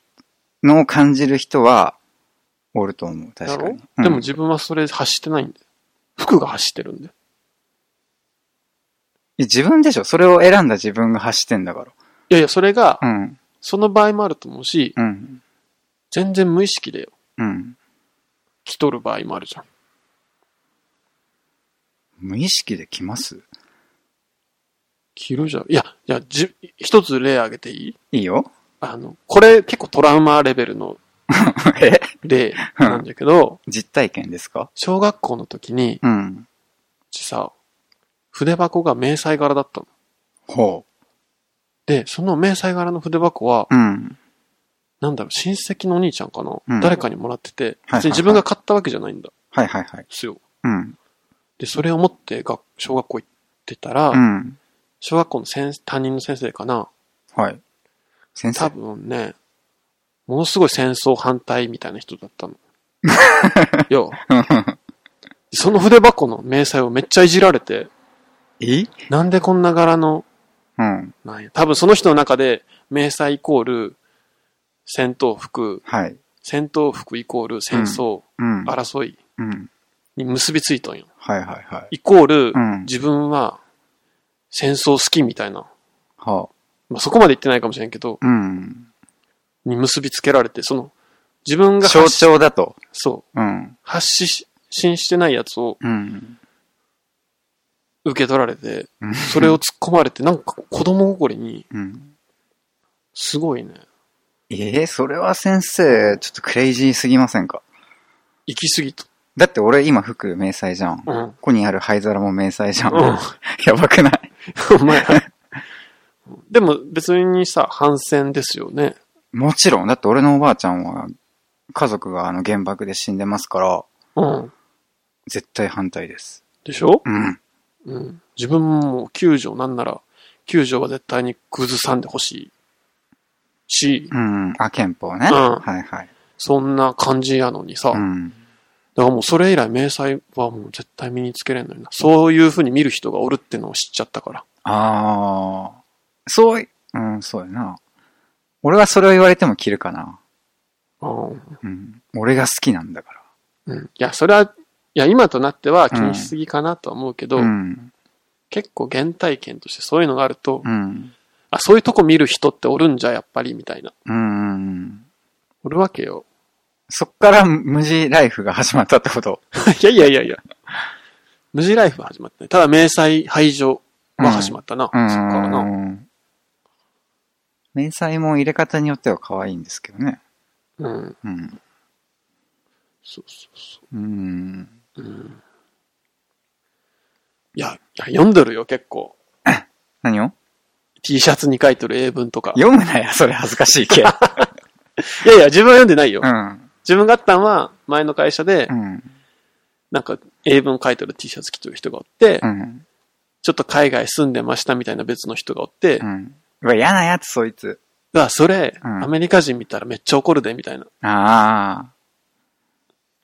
Speaker 2: のを感じる人は、おると思う。
Speaker 1: だ
Speaker 2: 確か
Speaker 1: ろ
Speaker 2: に。うん
Speaker 1: でも自分はそれ発してないんで。服が発してるんで。
Speaker 2: いや自分でしょ。それを選んだ自分が発してんだか
Speaker 1: いやいや、それが、
Speaker 2: ら。うん。
Speaker 1: その場合もあると思うし、
Speaker 2: うん。
Speaker 1: 全然無意識で
Speaker 2: うん。
Speaker 1: 着とる場合もあるじゃん。
Speaker 2: 無意識で来ます
Speaker 1: 着るじゃん。いや、いや、じ、一つ例挙げていい
Speaker 2: いいよ。 [laughs]
Speaker 1: あの、これ結構トラウマレベルの
Speaker 2: え
Speaker 1: 例なんだけど、
Speaker 2: 実体験ですか
Speaker 1: 小学校の時に、う
Speaker 2: うん。
Speaker 1: ちさ、筆箱が迷彩柄だったの。
Speaker 2: ほ
Speaker 1: で、その迷彩柄の筆箱は、
Speaker 2: う。うん。
Speaker 1: なんだろう、親戚のお兄ちゃんかな、
Speaker 2: うん
Speaker 1: 誰かにもらってて、
Speaker 2: はいはいはい
Speaker 1: 別に自分が買ったわけじゃないんだ。
Speaker 2: はいはいはい。
Speaker 1: ですよ。
Speaker 2: うん。
Speaker 1: で、それを持って学小学校行ってたら、
Speaker 2: うん。
Speaker 1: 小学校の先担任の先生かな
Speaker 2: はい。先
Speaker 1: 多
Speaker 2: 生。
Speaker 1: 分ね、ものすごい戦争反対みたいな人だった
Speaker 2: [laughs]
Speaker 1: の。よう。その筆箱の明細をめっちゃいじられて、
Speaker 2: え
Speaker 1: なんでこんな柄の、
Speaker 2: うん。
Speaker 1: なんや。多分その人の中で、明細イコール、戦闘服、
Speaker 2: はい。
Speaker 1: 戦闘服イコール戦争、
Speaker 2: うん。
Speaker 1: 争い
Speaker 2: うん。
Speaker 1: に結びついたんよ。
Speaker 2: はいはいはい。
Speaker 1: イコール
Speaker 2: う、ん。
Speaker 1: 自分は戦争好きみたいな。
Speaker 2: は
Speaker 1: まあ、そこまで言ってないかもしれんけど、
Speaker 2: あ。うん。
Speaker 1: に結びつけられて、その、自分が
Speaker 2: 象
Speaker 1: 発し、
Speaker 2: 徴だと。
Speaker 1: そう、
Speaker 2: うん。
Speaker 1: 発信してないやつを
Speaker 2: うん。
Speaker 1: 受け取られて、
Speaker 2: うん
Speaker 1: それを。突っ込まれて、なんか子供心に、
Speaker 2: うん。
Speaker 1: すごいね、
Speaker 2: ええ、それは先生、ちょっとクレイジーすぎませんか
Speaker 1: 行き過ぎと。
Speaker 2: だって俺今服迷彩じゃん。
Speaker 1: う
Speaker 2: こ
Speaker 1: ん。
Speaker 2: こにある灰皿も迷彩じゃん。
Speaker 1: うん
Speaker 2: [laughs] やばくない
Speaker 1: お前。 [laughs] でも別にさ、反戦ですよね。
Speaker 2: もちろん。だって俺のおばあちゃんは、家族があの原爆で死んでますから、
Speaker 1: うん。
Speaker 2: 絶対反対です。
Speaker 1: でしょ
Speaker 2: うん。
Speaker 1: うん。自分も9条なんなら、9条は絶対に崩さんでほしい。し、
Speaker 2: うん。あ、憲法ね。
Speaker 1: うん
Speaker 2: はいはい。
Speaker 1: そんな感じやのにさ、
Speaker 2: うん。
Speaker 1: だからもうそれ以来迷彩はもう絶対身につけれんのにな。そういう風に見る人がおるってのを知っちゃったから。
Speaker 2: ああ。そうい、うん、そうやな。俺はそれを言われても着るかな。
Speaker 1: うん。
Speaker 2: うん。俺が好きなんだから。
Speaker 1: うん。いや、それは、いや、今となっては気にしすぎかなとは思うけど、
Speaker 2: うん。
Speaker 1: 結構原体験としてそういうのがあると、
Speaker 2: うん。
Speaker 1: あ、そういうとこ見る人っておるんじゃ、やっぱり、みたいな。
Speaker 2: うん。
Speaker 1: おるわけよ。 [laughs]
Speaker 2: そっから無地ライフが始まったってこと。
Speaker 1: いやいやいやいや。無地ライフは始まってない。ただ、迷彩排除は始まったな。
Speaker 2: うん
Speaker 1: そっからな。
Speaker 2: うん。迷彩も入れ方によっては可愛いんですけどね。
Speaker 1: うん。
Speaker 2: うん。
Speaker 1: そうそうそ
Speaker 2: うん。
Speaker 1: う。うん。いや、いや読んどるよ、結構。
Speaker 2: 何を
Speaker 1: T シャツに書いてる英文とか。
Speaker 2: 読むなよ、それ恥ずかしいけ。
Speaker 1: いやいや、自分は読んでないよ
Speaker 2: う。ん。
Speaker 1: 自分があったんは、前の会社で
Speaker 2: う、ん。
Speaker 1: なんか、英文書いてる T シャツ着てる人がおって
Speaker 2: う、ん。
Speaker 1: ちょっと海外住んでましたみたいな別の人がおって
Speaker 2: う、ん。うわ、嫌なやつ、そいつ。
Speaker 1: うわ、それ、
Speaker 2: うん
Speaker 1: アメリカ人見たらめっちゃ怒るで、みたいな。い
Speaker 2: あ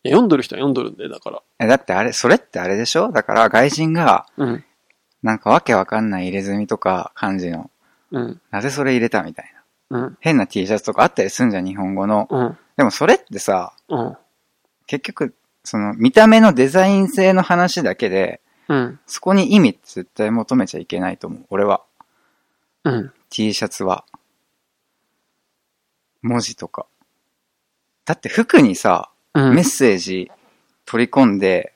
Speaker 1: や読んどる人は読んどるんで、だから。
Speaker 2: あ。えだってあれ、それってあれでしょだから外人が、
Speaker 1: うん。
Speaker 2: なんかわけわかんない入れ墨とか漢字の、
Speaker 1: うん。
Speaker 2: なぜそれ入れたみたいな。
Speaker 1: うん。
Speaker 2: 変な T シャツとかあったりすんじゃん、日本語の。
Speaker 1: うん。
Speaker 2: でもそれってさ、
Speaker 1: うん。
Speaker 2: 結局、その見た目のデザイン性の話だけで、
Speaker 1: うん。
Speaker 2: そこに意味って絶対求めちゃいけないと思う。俺は。
Speaker 1: うん。
Speaker 2: T シャツは。文字とか。だって服にさ、
Speaker 1: うん。
Speaker 2: メッセージ取り込んで、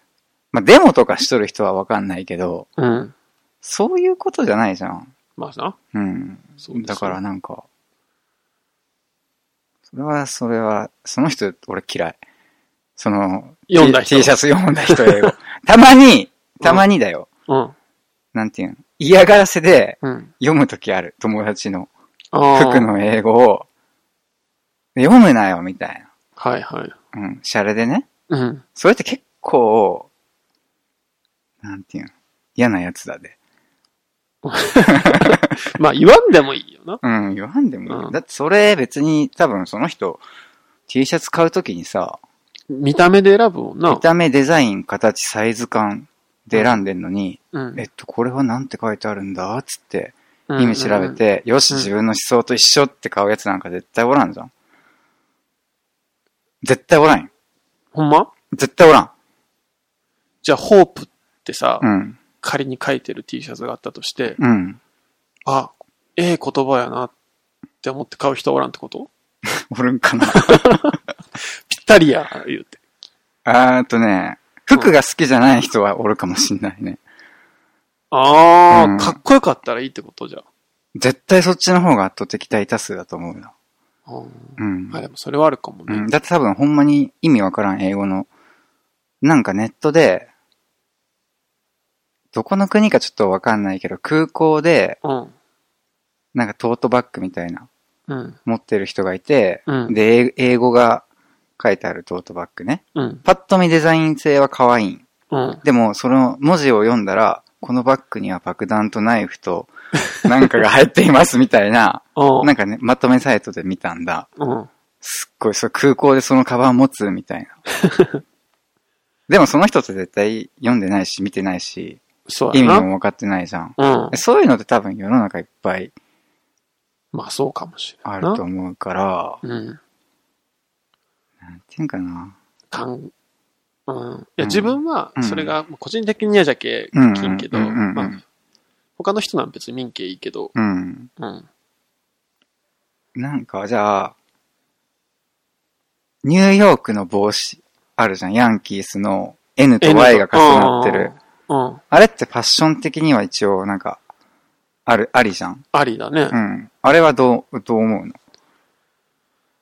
Speaker 2: まあデモとかしとる人はわかんないけど、
Speaker 1: うん。
Speaker 2: そういうことじゃないじゃん。
Speaker 1: まあな。
Speaker 2: うん。
Speaker 1: そうですね
Speaker 2: だからなんか、それは、それは、その人、俺嫌い。その、
Speaker 1: 読んだ
Speaker 2: T-
Speaker 1: 人
Speaker 2: T シャツ読んだ人英語。 [laughs] たまに、たまにだよ。
Speaker 1: うん。
Speaker 2: なんていうん嫌がらせで
Speaker 1: うん。
Speaker 2: 読むときある。友達の
Speaker 1: あー
Speaker 2: 服。の英語を。読むなよ、みたい
Speaker 1: はいはい。
Speaker 2: な。うん。シャレでね。
Speaker 1: うん。
Speaker 2: それって結構、なんていうん嫌なやつだで。
Speaker 1: まあ言わんでもいいよな。
Speaker 2: うん、言わんでもいいよ
Speaker 1: うん
Speaker 2: だってそれ別に多分その人、T シャツ買うときにさ、
Speaker 1: 見た目で選ぶもんな
Speaker 2: 見。た目、デザイン、形、サイズ感で選んでんのに、
Speaker 1: うん
Speaker 2: えっと、これはなんて書いてあるんだっつって、
Speaker 1: うん
Speaker 2: 意味調べて、よし、
Speaker 1: うん
Speaker 2: 自分の思想と一緒って買うやつなんか絶対おらんじゃん。絶対おらんよ。
Speaker 1: ほんま
Speaker 2: 絶対おらん。
Speaker 1: じゃあ、ホープってさ、
Speaker 2: うん。
Speaker 1: 仮に書いてる T シャツがあったとして、
Speaker 2: うん。
Speaker 1: あ、ええ言葉やなって思って買う人おらんってこと
Speaker 2: おるん
Speaker 1: [laughs]
Speaker 2: かな。
Speaker 1: ぴったりや、言うて。
Speaker 2: あーっとね、服が好きじゃない人はおるかもしんないね。
Speaker 1: あー、
Speaker 2: うん
Speaker 1: かっこよかったらいいってことじゃ。
Speaker 2: 絶対そっちの方が圧倒的大多数だと思うよ。
Speaker 1: うん。
Speaker 2: うん。
Speaker 1: あ、でもそれはあるかも
Speaker 2: う
Speaker 1: ね。
Speaker 2: ん、だって多分ほんまに意味わからん英語の、なんかネットで、どこの国かちょっとわかんないけど、空港で、
Speaker 1: うん。
Speaker 2: なんかトートバッグみたいな、
Speaker 1: うん。
Speaker 2: 持ってる人がいて、
Speaker 1: うん。
Speaker 2: で、英英語が書いてあるトートバッグね。
Speaker 1: うん。
Speaker 2: パッと見デザイン性は可愛いん。
Speaker 1: うん。
Speaker 2: でも、その文字を読んだら、このバッグには爆弾とナイフと、なんかが入っていますみたいな、
Speaker 1: うん。
Speaker 2: なんかね、まとめサイトで見たんだ。
Speaker 1: うん。
Speaker 2: すっごい、それ空港でそのカバン持つみたいな。でもその人って絶対読んでないし、見てないし、
Speaker 1: そう
Speaker 2: 意
Speaker 1: や
Speaker 2: 味
Speaker 1: な。
Speaker 2: も分かってないじゃん。
Speaker 1: うん。
Speaker 2: そういうのって多分世の中いっぱい
Speaker 1: まあそうかもしれな
Speaker 2: あ
Speaker 1: い
Speaker 2: る
Speaker 1: な。
Speaker 2: と思うから、
Speaker 1: うん。
Speaker 2: なんていうんかな。
Speaker 1: かん、うん。いや、
Speaker 2: うん
Speaker 1: 自分は、それが、個人的にはじゃけ、
Speaker 2: うん
Speaker 1: 金けど、
Speaker 2: うんうんうんうん
Speaker 1: まあ、他の人なん別に民家いいけど、
Speaker 2: うん。
Speaker 1: うん。
Speaker 2: なんか、じゃあ、ニューヨークの帽子あるじゃん。ヤンキースの N と Y が重なってる。
Speaker 1: うん。うん。
Speaker 2: あれってファッション的には一応なんか、ある、ありじゃん。
Speaker 1: ありだね
Speaker 2: う。ん。あれはどう、どう思うの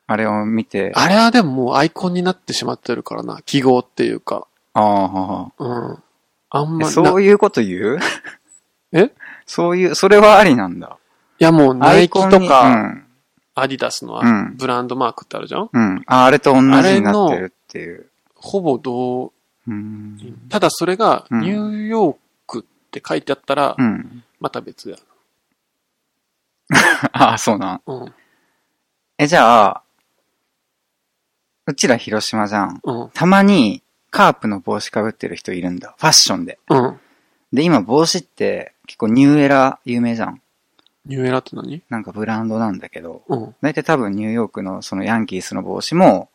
Speaker 2: あれを見て、あ
Speaker 1: あれはでももうアイコンになってしまってるからな、記号っていうか。
Speaker 2: あ
Speaker 1: うん。あん
Speaker 2: ー、え
Speaker 1: まり、
Speaker 2: そ
Speaker 1: いう
Speaker 2: いうこと言う
Speaker 1: え
Speaker 2: そういう、それはありなんだ。
Speaker 1: やもうナイキと
Speaker 2: に
Speaker 1: か、アディダスの
Speaker 2: うん
Speaker 1: ブランドマークってあるじゃん
Speaker 2: うん。うん。ああれと同じになってるっていう。
Speaker 1: ほぼ同
Speaker 2: うん。
Speaker 1: ただそれが、
Speaker 2: うん
Speaker 1: ニューヨークって書いてあったら
Speaker 2: う、ん。
Speaker 1: また別や。
Speaker 2: ああ、そうなん。
Speaker 1: うん。
Speaker 2: え、じゃあ、うちら広島じゃん。
Speaker 1: うん。
Speaker 2: たまに、カープの帽子かぶってる人いるんだ。ファッションで。
Speaker 1: うん。
Speaker 2: で、今帽子って結構ニューエラ有名じゃん。
Speaker 1: ニューエラって何
Speaker 2: なんかブランドなんだけど。
Speaker 1: うん。
Speaker 2: 大体多分ニューヨークのそのヤンキースの帽子も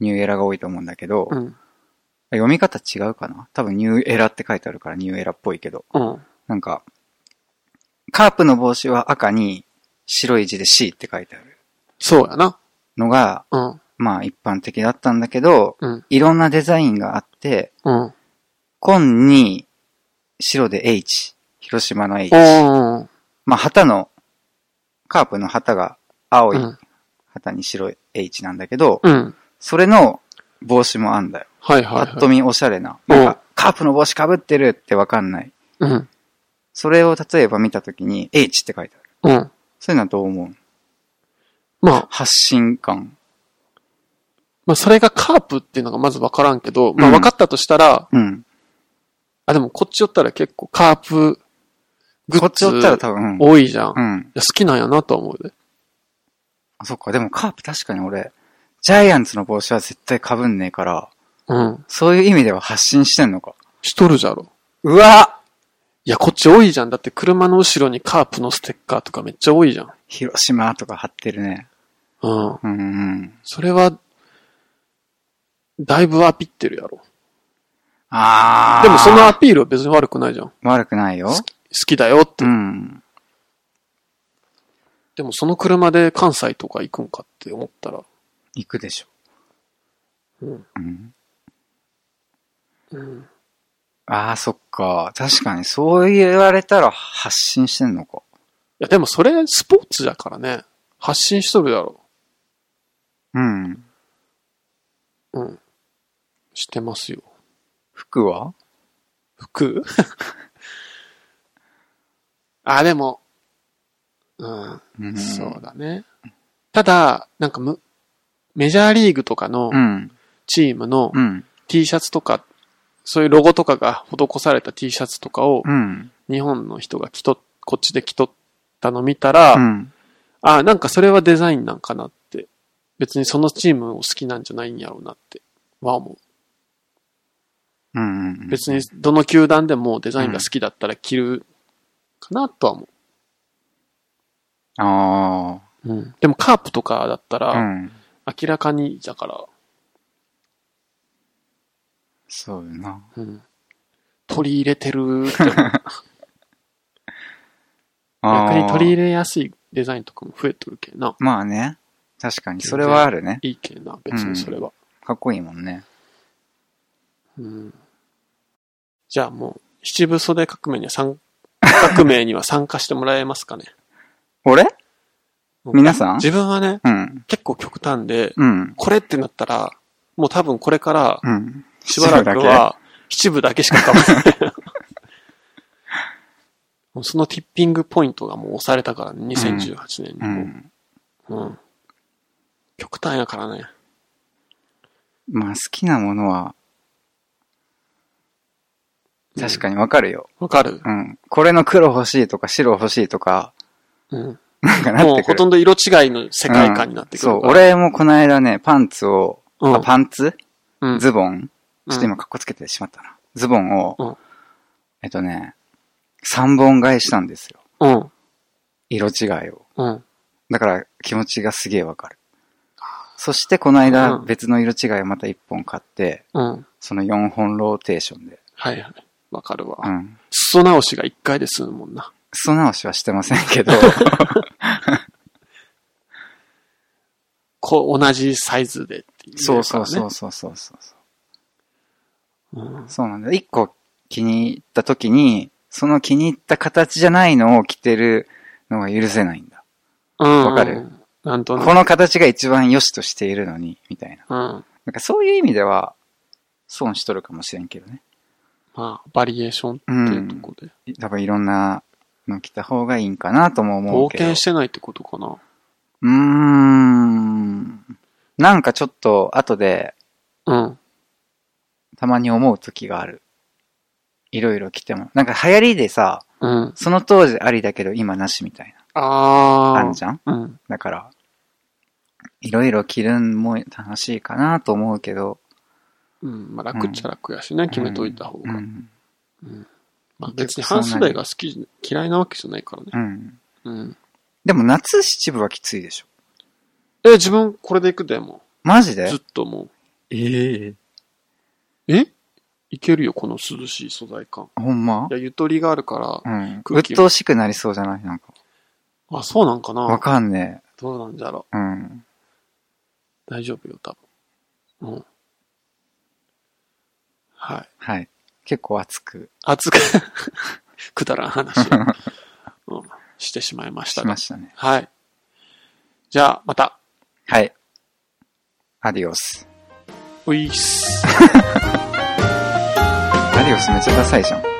Speaker 2: ニューエラが多いと思うんだけど、
Speaker 1: うん。
Speaker 2: 読み方違うかな多分ニューエラって書いてあるからニューエラっぽいけど、
Speaker 1: うん。
Speaker 2: なんか、カープの帽子は赤に白い字で C って書いてある
Speaker 1: そうやな。
Speaker 2: のが、
Speaker 1: うん。
Speaker 2: まあ一般的だったんだけど、
Speaker 1: うん。
Speaker 2: いろんなデザインがあって、
Speaker 1: うん。
Speaker 2: 紺に白で H、広島の H、
Speaker 1: おー。
Speaker 2: まあ旗の、カープの旗が青
Speaker 1: う
Speaker 2: い
Speaker 1: ん。
Speaker 2: 旗に白い H なんだけど、
Speaker 1: うん。
Speaker 2: それの帽子もあんだよ。
Speaker 1: はい
Speaker 2: ぱ
Speaker 1: はい
Speaker 2: っと
Speaker 1: はい。
Speaker 2: 見おしゃれな。
Speaker 1: うん
Speaker 2: なんか、カープの帽子かぶってるってわかんない。
Speaker 1: うん。
Speaker 2: それを例えば見たときに、H って書いてある。
Speaker 1: うん。
Speaker 2: そういうのはどう思う
Speaker 1: まあ、
Speaker 2: 発信感。
Speaker 1: まあそれがカープっていうのがまずわからんけど、まあ
Speaker 2: うん
Speaker 1: 分かったとしたら、
Speaker 2: うん。
Speaker 1: あ、でもこっち寄ったら結構カープグ
Speaker 2: こ
Speaker 1: ッ
Speaker 2: っち寄ったら
Speaker 1: ズ
Speaker 2: 多分、
Speaker 1: 多いじゃん。い
Speaker 2: うん。
Speaker 1: や好きなんやなとは思うで。
Speaker 2: あそっか、でもカープ確かに俺、ジャイアンツの帽子は絶対かぶんねえから、
Speaker 1: うん。
Speaker 2: そういう意味では発信してんのか。
Speaker 1: しとるじゃろ。
Speaker 2: うわ
Speaker 1: いや、こっち多いじゃん。だって車の後ろにカープのステッカーとかめっちゃ多いじゃん。
Speaker 2: 広島とか貼ってるね。
Speaker 1: うん。
Speaker 2: うんうん。
Speaker 1: それは、だいぶアピってるやろ。
Speaker 2: あー。
Speaker 1: でもそのアピールは別に悪くないじゃん。好
Speaker 2: 悪くないよ。
Speaker 1: きだよって。
Speaker 2: うん。
Speaker 1: でもその車で関西とか行くんかって思ったら、
Speaker 2: 行くでしょ。
Speaker 1: うん
Speaker 2: うん。
Speaker 1: うん
Speaker 2: ああ、そっか。確かに、そう言われたら発信してんのか。
Speaker 1: いや、でもそれスポーツだからね。発信しとるだろ
Speaker 2: うん。
Speaker 1: う。うん。してますよ。
Speaker 2: 服は
Speaker 1: 服 [laughs] あ、でも、うん、
Speaker 2: うん。
Speaker 1: そう。だね。ただ、なんかむ、メジャーリーグとかの
Speaker 2: うん。
Speaker 1: チームの
Speaker 2: うん。
Speaker 1: T シャツとか、そういうロゴとかが施された T シャツとかを
Speaker 2: うん。
Speaker 1: 日本の人が着と、こっちで着とったの見たら、
Speaker 2: うん。
Speaker 1: あ、なんかそれはデザインなんかなって。別にそのチームを好きなんじゃないんやろうなって。は思う。
Speaker 2: うん。うん
Speaker 1: 別に。どの球団でもデザインが好きだったら着るかなとは思
Speaker 2: あ
Speaker 1: う。うん。でもカープとかだった
Speaker 2: あ。う
Speaker 1: ら
Speaker 2: ん。
Speaker 1: 明らかにだから、
Speaker 2: そうよな。
Speaker 1: うん。取り入れてるって思う [laughs]
Speaker 2: あ
Speaker 1: 逆
Speaker 2: ー
Speaker 1: に取り入れやすいデザインとかも増えとるけんな。
Speaker 2: まあね。確かに、それはあるね。
Speaker 1: いいけんな、別にそれは。
Speaker 2: かっこいいもんね。
Speaker 1: うん。じゃあもう、七部袖革命には参、革命には参加してもらえますかね。
Speaker 2: 俺
Speaker 1: うん
Speaker 2: 皆さん
Speaker 1: 自分はね、
Speaker 2: うん。
Speaker 1: 結構極端で、
Speaker 2: うん。
Speaker 1: これってなったら、もう多分これから、
Speaker 2: うん。
Speaker 1: しばらくは、七部だけしか買わ
Speaker 2: [laughs]
Speaker 1: ない。もうそのティッピングポイントがもう押されたからね、2018年に
Speaker 2: う。
Speaker 1: もうんうん。極端やからね。
Speaker 2: まあ、好きなものは、確かにわかるよ。
Speaker 1: わかる
Speaker 2: うん。これの黒欲しいとか白欲しいとか、
Speaker 1: うん。
Speaker 2: なんかなっ
Speaker 1: もう
Speaker 2: てく
Speaker 1: ほ
Speaker 2: る
Speaker 1: と。んど色違いの世界観になってくる
Speaker 2: そう、
Speaker 1: から。
Speaker 2: 俺もこの間ね、パンツを、
Speaker 1: うん、
Speaker 2: あパンツ
Speaker 1: うん、
Speaker 2: ズボン
Speaker 1: うん
Speaker 2: ちょっと今かっこつけてしまったな。ズボンを、
Speaker 1: うん
Speaker 2: えっとね、3本買いしたんですよ。
Speaker 1: うん。
Speaker 2: 色違いを。
Speaker 1: うん。
Speaker 2: だから気持ちがすげえわかる。そしてこの間、
Speaker 1: うん
Speaker 2: 別の色違いをまた1本買って、
Speaker 1: うん。
Speaker 2: その4本ローテーションで。
Speaker 1: はいはい。わかるわ。
Speaker 2: うん。
Speaker 1: 裾直しが一回で済むもんな。
Speaker 2: 裾直しはしてません
Speaker 1: [laughs]
Speaker 2: けど、
Speaker 1: こう、同じサイズでっていう、
Speaker 2: そうそうそう。そうそうそう。
Speaker 1: うん。
Speaker 2: そうなんだ。一個気に入った時に、その気に入った形じゃないのを着てるのが許せないんだ。
Speaker 1: わ
Speaker 2: わかる
Speaker 1: なんとなく。
Speaker 2: この形が一番良しとしているのに、みたいな。
Speaker 1: うん。ま
Speaker 2: なんかそういう意味では、損しとるかもしれんけどね。
Speaker 1: あ、バリエーションっていうところで。
Speaker 2: 多分いろんなの着た方がいいんかなとも思う
Speaker 1: 冒
Speaker 2: けど。
Speaker 1: 険してないってことかな。
Speaker 2: うーん。なんかちょっと後で、
Speaker 1: うん。
Speaker 2: たまに思う時がある。いろいろ着ても。なんか流行りでさ、
Speaker 1: うん。
Speaker 2: その当時ありだけど今なしみたい
Speaker 1: あ
Speaker 2: な。
Speaker 1: ー。
Speaker 2: あるじゃん
Speaker 1: うん。
Speaker 2: だから、いろいろ着るんも楽しいかなと思うけど。
Speaker 1: うん。まあ、楽っちゃ楽やしね、決めといた方が。
Speaker 2: うん。
Speaker 1: まあ、別に半袖が好きじゃ、嫌いなわけじゃないからね。
Speaker 2: うん。
Speaker 1: うん。
Speaker 2: でも夏七部はきついでしょ。
Speaker 1: え、自分これで行くでも
Speaker 2: マジ
Speaker 1: う。
Speaker 2: で
Speaker 1: ずっとも
Speaker 2: ええ
Speaker 1: う。えいけるよ、この涼しい素材感。
Speaker 2: ほんま
Speaker 1: いや、ゆとりがあるか
Speaker 2: うん。
Speaker 1: 空気
Speaker 2: 鬱陶しくなりそうじゃないなんか。
Speaker 1: ら。あ、そうなんか
Speaker 2: わ
Speaker 1: な
Speaker 2: かんね
Speaker 1: どうなんじゃろ
Speaker 2: え。うん。
Speaker 1: う。大丈夫よ、多分。うん。はい。
Speaker 2: はい。結構熱く
Speaker 1: 熱く、 [laughs] くだらん話を、う
Speaker 2: [laughs]
Speaker 1: ん、してしまいました
Speaker 2: し
Speaker 1: が
Speaker 2: ましたね。
Speaker 1: はい。じゃあ、また。
Speaker 2: はい。アディオス。
Speaker 1: ういっす。
Speaker 2: アディオスめっちゃダサいじゃん。